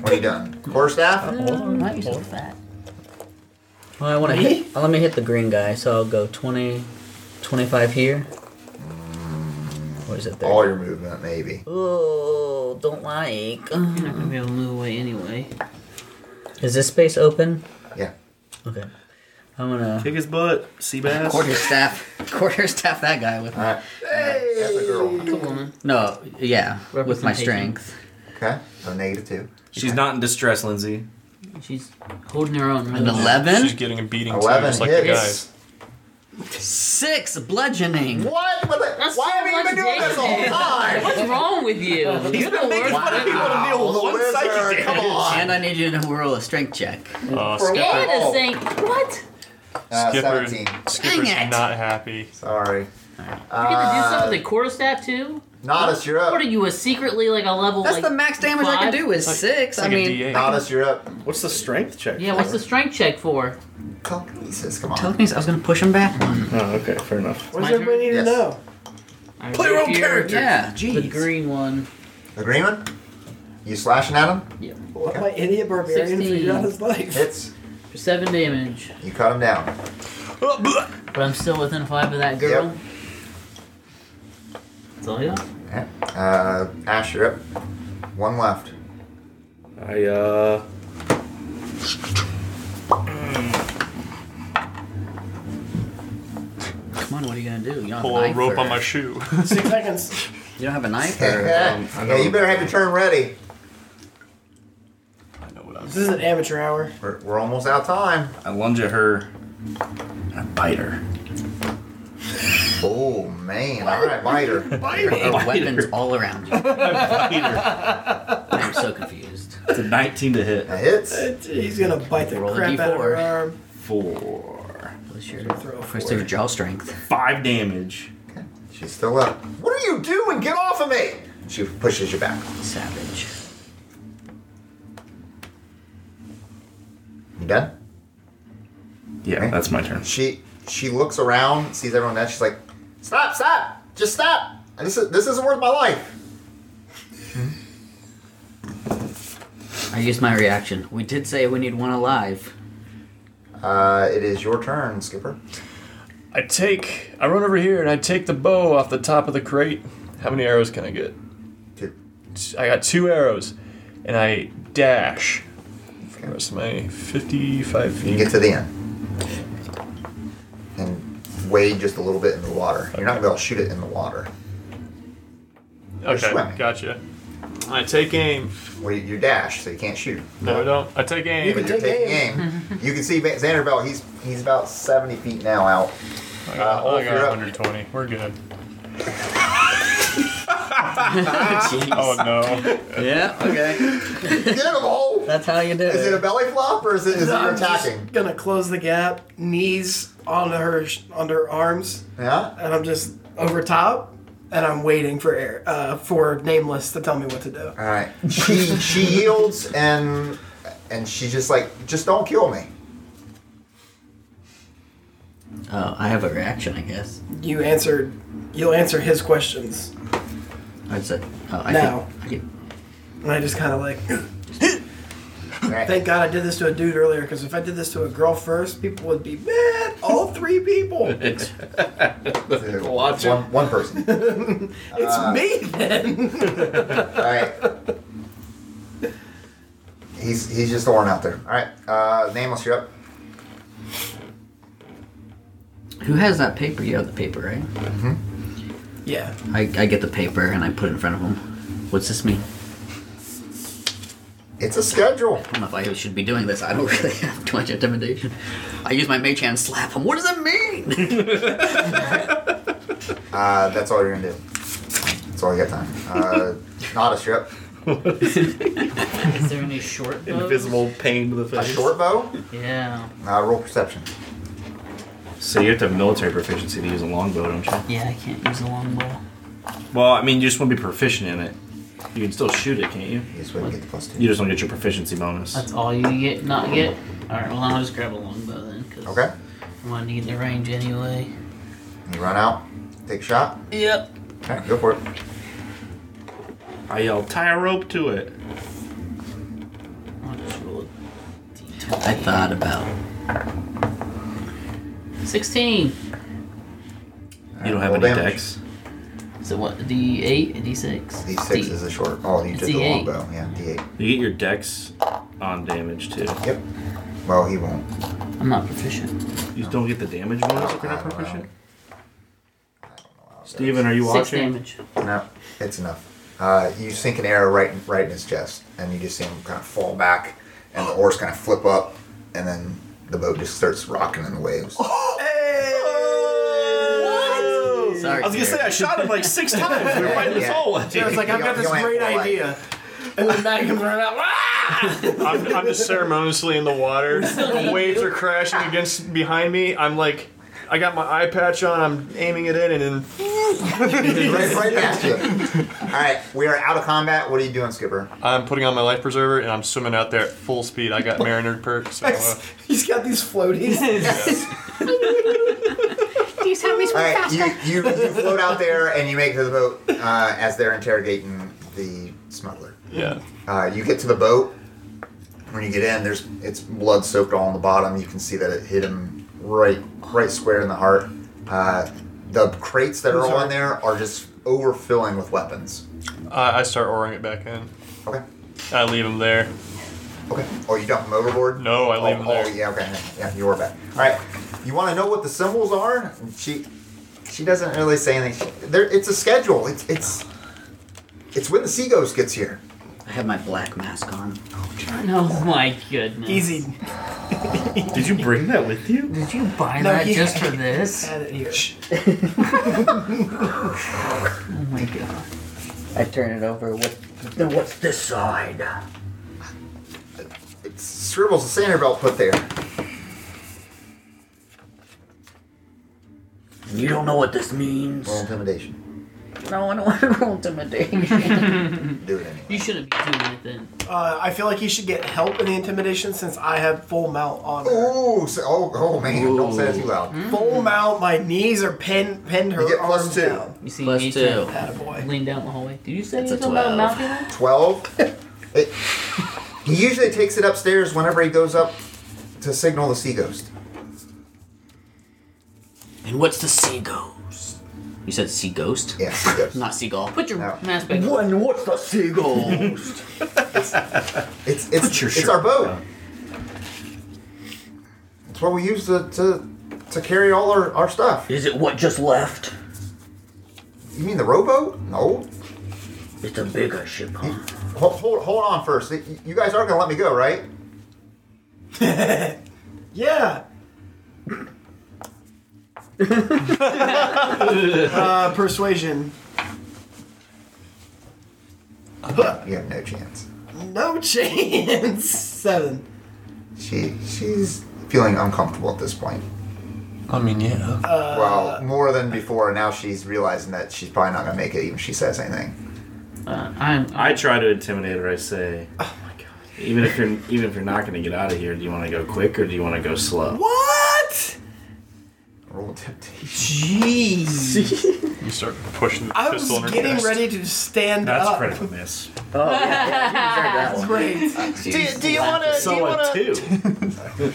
B: What are you done? Core staff.
G: not you so fat. Well, I want to hit. I'll let me hit the green guy, so I'll go 20, 25 here. What is it there?
B: All your movement, maybe.
G: Oh, don't like.
D: You're not gonna be able to move away anyway.
G: Is this space open?
B: Yeah.
G: Okay. I'm gonna
F: Kick his butt, sea bass.
G: quarter staff, quarter staff that guy with
B: All right. That's a girl.
G: no, yeah, with my
D: Representation.
G: strength.
B: Okay. So negative two.
F: She's not in distress, Lindsay.
D: She's holding her own.
G: An
D: Really.
E: She's
G: eleven.
E: getting a beating too,
B: Eleven
E: just like the
B: hits.
E: guys.
G: six bludgeoning.
B: What? What the-
D: That's
B: why
D: so
B: haven't you been
D: much
B: doing this
D: damage.
B: whole time?
D: What's wrong with you?
G: <laughs>
B: He's
D: You're the
B: been making
D: worst.
B: fun of people to deal with
K: Wow,
B: one psychic.
K: wizard.
B: Come on.
G: And I need you to roll a strength check.
E: Uh,
D: And
E: Skipper,
D: a saint. What?
B: Uh,
E: Skipper-
B: Seventeen.
E: Skipper's
G: Dang it.
E: not happy.
B: Sorry.
D: You get to do
B: Uh,
D: stuff with a quarterstaff too?
B: Nodus, you're
D: What
B: up.
D: are you, a secretly like a level
G: That's
D: like
G: the max damage I can
D: five?
G: do is six. I
E: Like a
G: mean,
E: D8.
B: Nodus, you're up.
K: What's the strength check?
D: Yeah, what's the strength check for?
B: Telekinesis, come on.
G: telekinesis. I was gonna push him back one.
K: Oh, okay, fair enough.
C: What does
D: My turn?
C: everybody need
B: Yes.
C: to know?
D: I
K: Play your own
D: rapier,
K: character.
G: Yeah,
D: The
G: jeez.
D: green one.
B: Agreement? You slashing at him?
C: What my idiot barbarian
D: 16.
C: figured out his life.
B: Hits.
D: For seven damage.
B: You cut him down.
D: But I'm still within five of that girl. That's all I got.
B: Yeah. Uh, Ash, you're up. One <laughs> left.
K: I uh.
G: Come on, what are you gonna do? You don't have
E: Pull
G: a
E: a
G: knife
E: rope
G: or,
E: on my shoe.
C: <laughs> Six seconds.
G: You don't have a
E: <laughs>
G: knife or
B: yeah, you better have your turn ready.
E: I know what I'm
C: This is an amateur
B: <laughs>
C: hour.
B: We're, we're almost out of time.
F: I lunge at her and I bite her.
B: Oh, man. All right,
F: <laughs>
B: biter.
G: or
E: <laughs>
G: weapons all around you. I'm so confused.
F: It's a 19 to hit.
B: That hits.
C: He's gonna bite the
G: Roll a
C: crap out of her
G: D4.
C: arm.
F: Four.
G: What's your
C: Throw a
G: first of jaw strength?
F: Five damage.
B: She's still up. What are you doing? Get off of me! She pushes you back.
G: Savage. <laughs>
B: You done?
F: Yeah, that's my <laughs> turn.
B: She she looks around, sees everyone dead. She's like, "Stop! Stop! Just stop! This is this isn't worth my life."
G: I used my reaction. We did say we need one alive.
B: Uh, it is your turn, Skipper.
E: <laughs> I take. I run over here and I take the bow off the top of the crate. How many arrows can I get?
B: Two.
E: I got two arrows, and I dash for the rest of my 55
B: You
E: feet.
B: get to the end and wade just a little bit in the water. You're not gonna be able to shoot it in the water.
E: okay,
B: swimming.
E: gotcha. I take aim.
B: Well, you, you dash, so you can't shoot.
E: No, I don't. I take aim.
C: You can
B: But you're
C: take
B: taking aim. you can see Xander Bell. He's he's about 70 feet now out.
E: I got,
B: Uh,
E: I got
B: you're up.
E: 120. We're good.
G: <laughs>
E: oh <laughs> no.
G: Yeah, okay.
B: Get him all.
G: That's how you do
B: Is it a
G: it.
B: belly flop or is it is it
C: I'm
B: attacking?
C: just gonna close the gap, knees onto her sh- onto her arms,
B: Yeah.
C: and I'm just over top, and I'm waiting for air uh, for nameless to tell me what to do.
B: All right. She she yields and and she's just like, just don't kill me.
G: Oh, I have a reaction, I guess.
C: You answered. You'll answer his questions,
G: That's it. Oh, I
C: No.
G: Could, I could,
C: and I just kind of like.
B: All right.
C: Thank God I did this to a dude earlier, because if I did this to a girl first, people would be mad. All three people.
B: <laughs>
C: It's
B: Two. one, one person. Uh,
C: me then.
B: All right. He's he's just the one out there. All right. Uh, nameless, you're up.
G: who has that paper? You have the paper, right?
C: Yeah.
G: I, I get the paper and I put it in front of him. What's this mean?
B: It's a schedule.
G: I don't know if I should be doing this. I don't <laughs> really have too much intimidation. I use my mage hand, slap him. What does it mean? <laughs>
B: Uh, that's all you're gonna do. That's all you got time. <laughs> Uh, Nodus, you're up.
D: Is there any short bows?
K: Invisible pain to the
B: A
K: face.
B: short bow.
D: Yeah.
B: Uh, roll perception.
F: So you have to have military proficiency to use a longbow, don't you?
D: Yeah, I can't use a longbow.
F: Well, I mean, you just want to be proficient in it. You can still shoot it, can't you?
B: You just wouldn't get the plus two.
F: You just don't get your proficiency bonus.
D: That's all you get, not get? Alright, well, I'll just grab a longbow then, because
B: Okay.
D: I'm going to need the range anyway.
B: You run out. Take a shot.
D: Yep.
B: All right. Go for it.
F: I yell, tie a rope to it.
D: I'll just roll a d20.
G: I thought about
D: 16.
F: You don't have
B: roll
F: any
B: damage.
F: decks.
D: So what, a d8, a d6?
B: D six is a short. Oh, you
D: It's
B: did the long
D: D8.
B: bow. Yeah. D eight.
F: You get your decks on damage too.
B: Yep. Well, he won't.
D: I'm not proficient.
F: You don't get the damage bonus if you're
B: I
F: not
B: don't know.
F: proficient. Uh, Steven, are you
D: Six
F: watching?
D: damage.
B: No, it's enough. Uh, you sink an arrow right, right in his chest, and you just see him kind of fall back, and the oars kind of flip
F: Oh,
B: up, and then the boat just starts rocking in the waves.
C: Hey!
G: Sorry.
F: I was gonna say I shot him like six times. We were fighting this
B: Yeah.
F: whole way.
C: I was like, I've got this
B: You'll have
C: great
B: to, like-
C: idea. And then Matt comes running out. "Ah!"
J: I'm, I'm just ceremoniously in the
C: <laughs>
J: water. The waves are crashing against behind me. I'm like, I got my eye patch on. I'm aiming it in, and then
B: right, right past
C: <laughs>
B: you. All right, we are out of combat. What are you doing, Skipper?
J: I'm putting on my life preserver and I'm swimming out there at full speed. I got mariner perks. So, uh,
C: He's got these floaties.
B: <laughs>
I: Do you tell me
B: All right, you, you, you float out there and you make it to the boat uh, as they're interrogating the smuggler.
J: yeah.
B: Uh, you get to the boat. When you get in, there's it's blood soaked all on the bottom. You can see that it hit him right, right square in the heart. Uh, the crates that are on there are just overfilling with weapons.
J: Uh, I, I start oaring it back in.
B: Okay,
J: I leave him there.
B: okay. Oh, you dump them overboard?
J: No, I leave
B: oh,
J: him
B: oh,
J: there.
B: yeah, okay, yeah, you are back. All right, you want to know what the symbols are? She, she doesn't really say anything. She, there, it's a schedule. It's it's, it's when the sea ghost gets here.
G: I have my black mask on.
D: <laughs> Oh my goodness.
C: Easy.
F: Did you bring that with you?
D: Did you buy
C: No,
D: that
C: he-
D: just for this?
C: Had it here.
G: Oh my god. I turn it over. What? Then what's this side?
B: It's scribbles the sander belt put there.
G: You don't know what this means.
B: Roll intimidation.
G: No, I don't want to roll intimidation.
B: Do it anyway.
D: <laughs> You shouldn't be doing it then.
C: Uh, I feel like you should get help in the intimidation since I have full mount on. her.
B: Ooh, so, oh, oh man, don't say that too loud.
C: Full mount. My knees are pinned. Pinned her
B: Mm-hmm. You get plus
C: arms
B: two.
C: down.
D: You see
G: Plus
D: me
G: two.
D: too.
C: Attaboy.
D: Lean down the hallway. Did you say
G: That's a
D: anything about a
G: 12.
D: mountain?
G: <laughs>
B: 12. It, he usually takes it upstairs whenever he goes up to signal the sea ghost.
G: and what's the sea ghost? You said sea ghost?
B: Yeah, sea
G: <laughs>
B: ghost.
G: Not seagull.
D: Put your
B: No.
D: mask back. on.
G: When what's the sea ghost?
B: It's it's
G: Put your
B: it's
G: shirt
B: our boat. It's what we use to to, to carry all our, our stuff.
G: Is it what just left?
B: You mean the rowboat? No.
G: It's a bigger ship, huh?
B: Hold, hold, hold on first. You you guys are gonna let me go, right?
F: <laughs>
C: Yeah. uh, persuasion.
B: You have no chance.
C: No chance. Seven.
B: She she's feeling uncomfortable at this point.
J: I mean, yeah.
B: well, more than before. and Now she's realizing that she's probably not gonna make it, even if she says anything.
D: Uh, I'm.
F: I try to intimidate her. I say, "Oh my god! Even if you're even if you're not gonna get out of here, do you want to go quick or do you want to go slow?"
C: What?
B: Roll temptation.
C: Jeez.
J: You start pushing the
C: I was
J: pistol in her
C: getting
J: chest.
C: ready to stand
F: That's
C: up.
F: critical miss.
C: Great.
B: Do, do you want to?
F: So a two.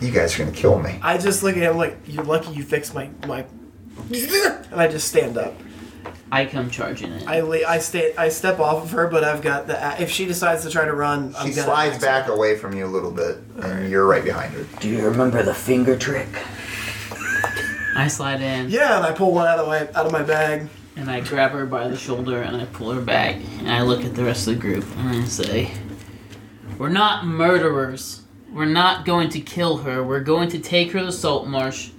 B: You guys are gonna kill me.
C: I just look at him like, "You're lucky you fixed my my." <laughs> And I just stand up.
D: I come charging in.
C: I le- I stay I step off of her, but I've got the. a- If she decides to try to run, I'm
B: She
C: gonna.
B: slides back away from you a little bit, and you're right behind her.
G: Do you remember the finger trick?
D: I slide in
C: Yeah, and I pull one out of my out of my bag.
D: and I grab her by the shoulder and I pull her back and I look at the rest of the group and I say, "We're not murderers. We're not going to kill her. We're going to take her to Salt Marsh."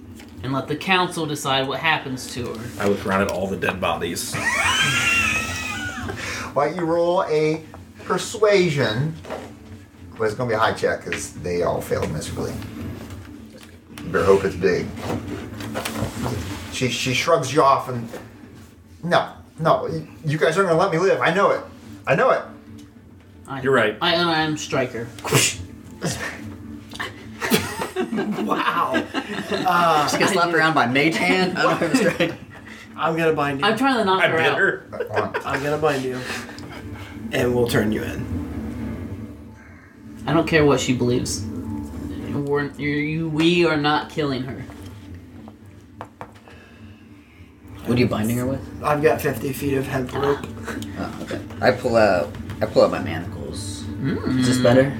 D: And let the council decide what happens to her.
F: I look around at all the dead bodies.
B: Why don't you roll a persuasion? But it's gonna be a high check because they all failed miserably. You better hope it's big. She she shrugs you off and no no you- you guys aren't gonna let me live. I know it. I know it.
D: I,
F: You're right.
D: I unarmed striker.
C: Wow.
G: She gets slapped around by mage hand. I don't know if it's right.
C: I'm gonna bind you.
D: I'm
C: I'm,
D: trying to knock
F: I
D: her
F: bit
D: out.
F: her.
C: gonna bind you. And we'll turn you in.
D: I don't care what she believes. We're, you, we are not killing her.
G: What are you binding her with?
C: I've got 50 feet of hemp rope.
G: Oh, okay. I pull out. I pull out my manacles. Is this better?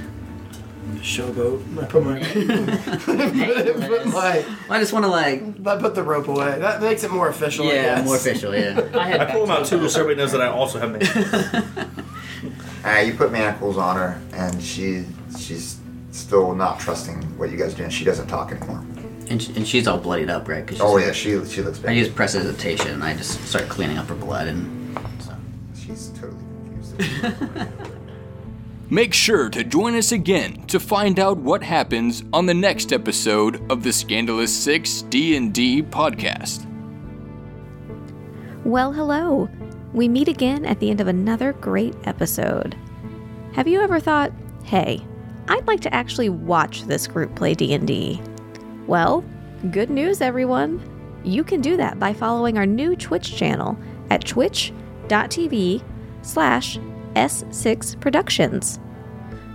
C: Showboat. I put
G: <laughs>
C: my. <laughs> put my.
G: I just want to like.
C: I put the rope away. That makes it more official. I
G: Yeah,
C: guess.
G: more official. Yeah.
D: I, head
F: I
D: back
F: pull them
D: to
F: out
D: the
F: too,
D: boat.
F: so everybody knows that I also have many.
B: Uh, you put manacles on her, and she she's still not trusting what you guys are doing. She doesn't talk anymore.
G: And, sh and she's all bloodied up, right? 'Cause she's
B: Oh yeah, she she looks
G: I
B: bad.
G: use prestidigitation and I just start cleaning up her blood and so.
B: She's totally confused.
I: Make sure to join us again to find out what happens on the next episode of the Scandalous 6 D&D podcast.
L: Well, hello. We meet again at the end of another great episode. Have you ever thought, "Hey, I'd like to actually watch this group play D&D?" Well, good news everyone. You can do that by following our new Twitch channel at twitch.tv slash s6 productions.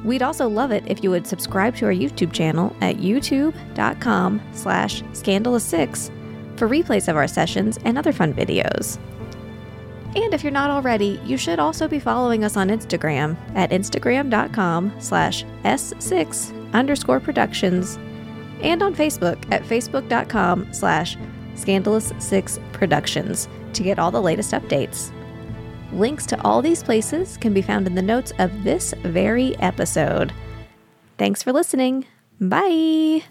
L: We'd also love it if you would subscribe to our YouTube channel at youtube.com slash scandalous6 for replays of our sessions and other fun videos. And if you're not already, you should also be following us on Instagram at instagram.com slash s6 underscore productions and on Facebook at facebook.com slash scandalous6 productions to get all the latest updates. Links to all these places can be found in the notes of this very episode. Thanks for listening. Bye.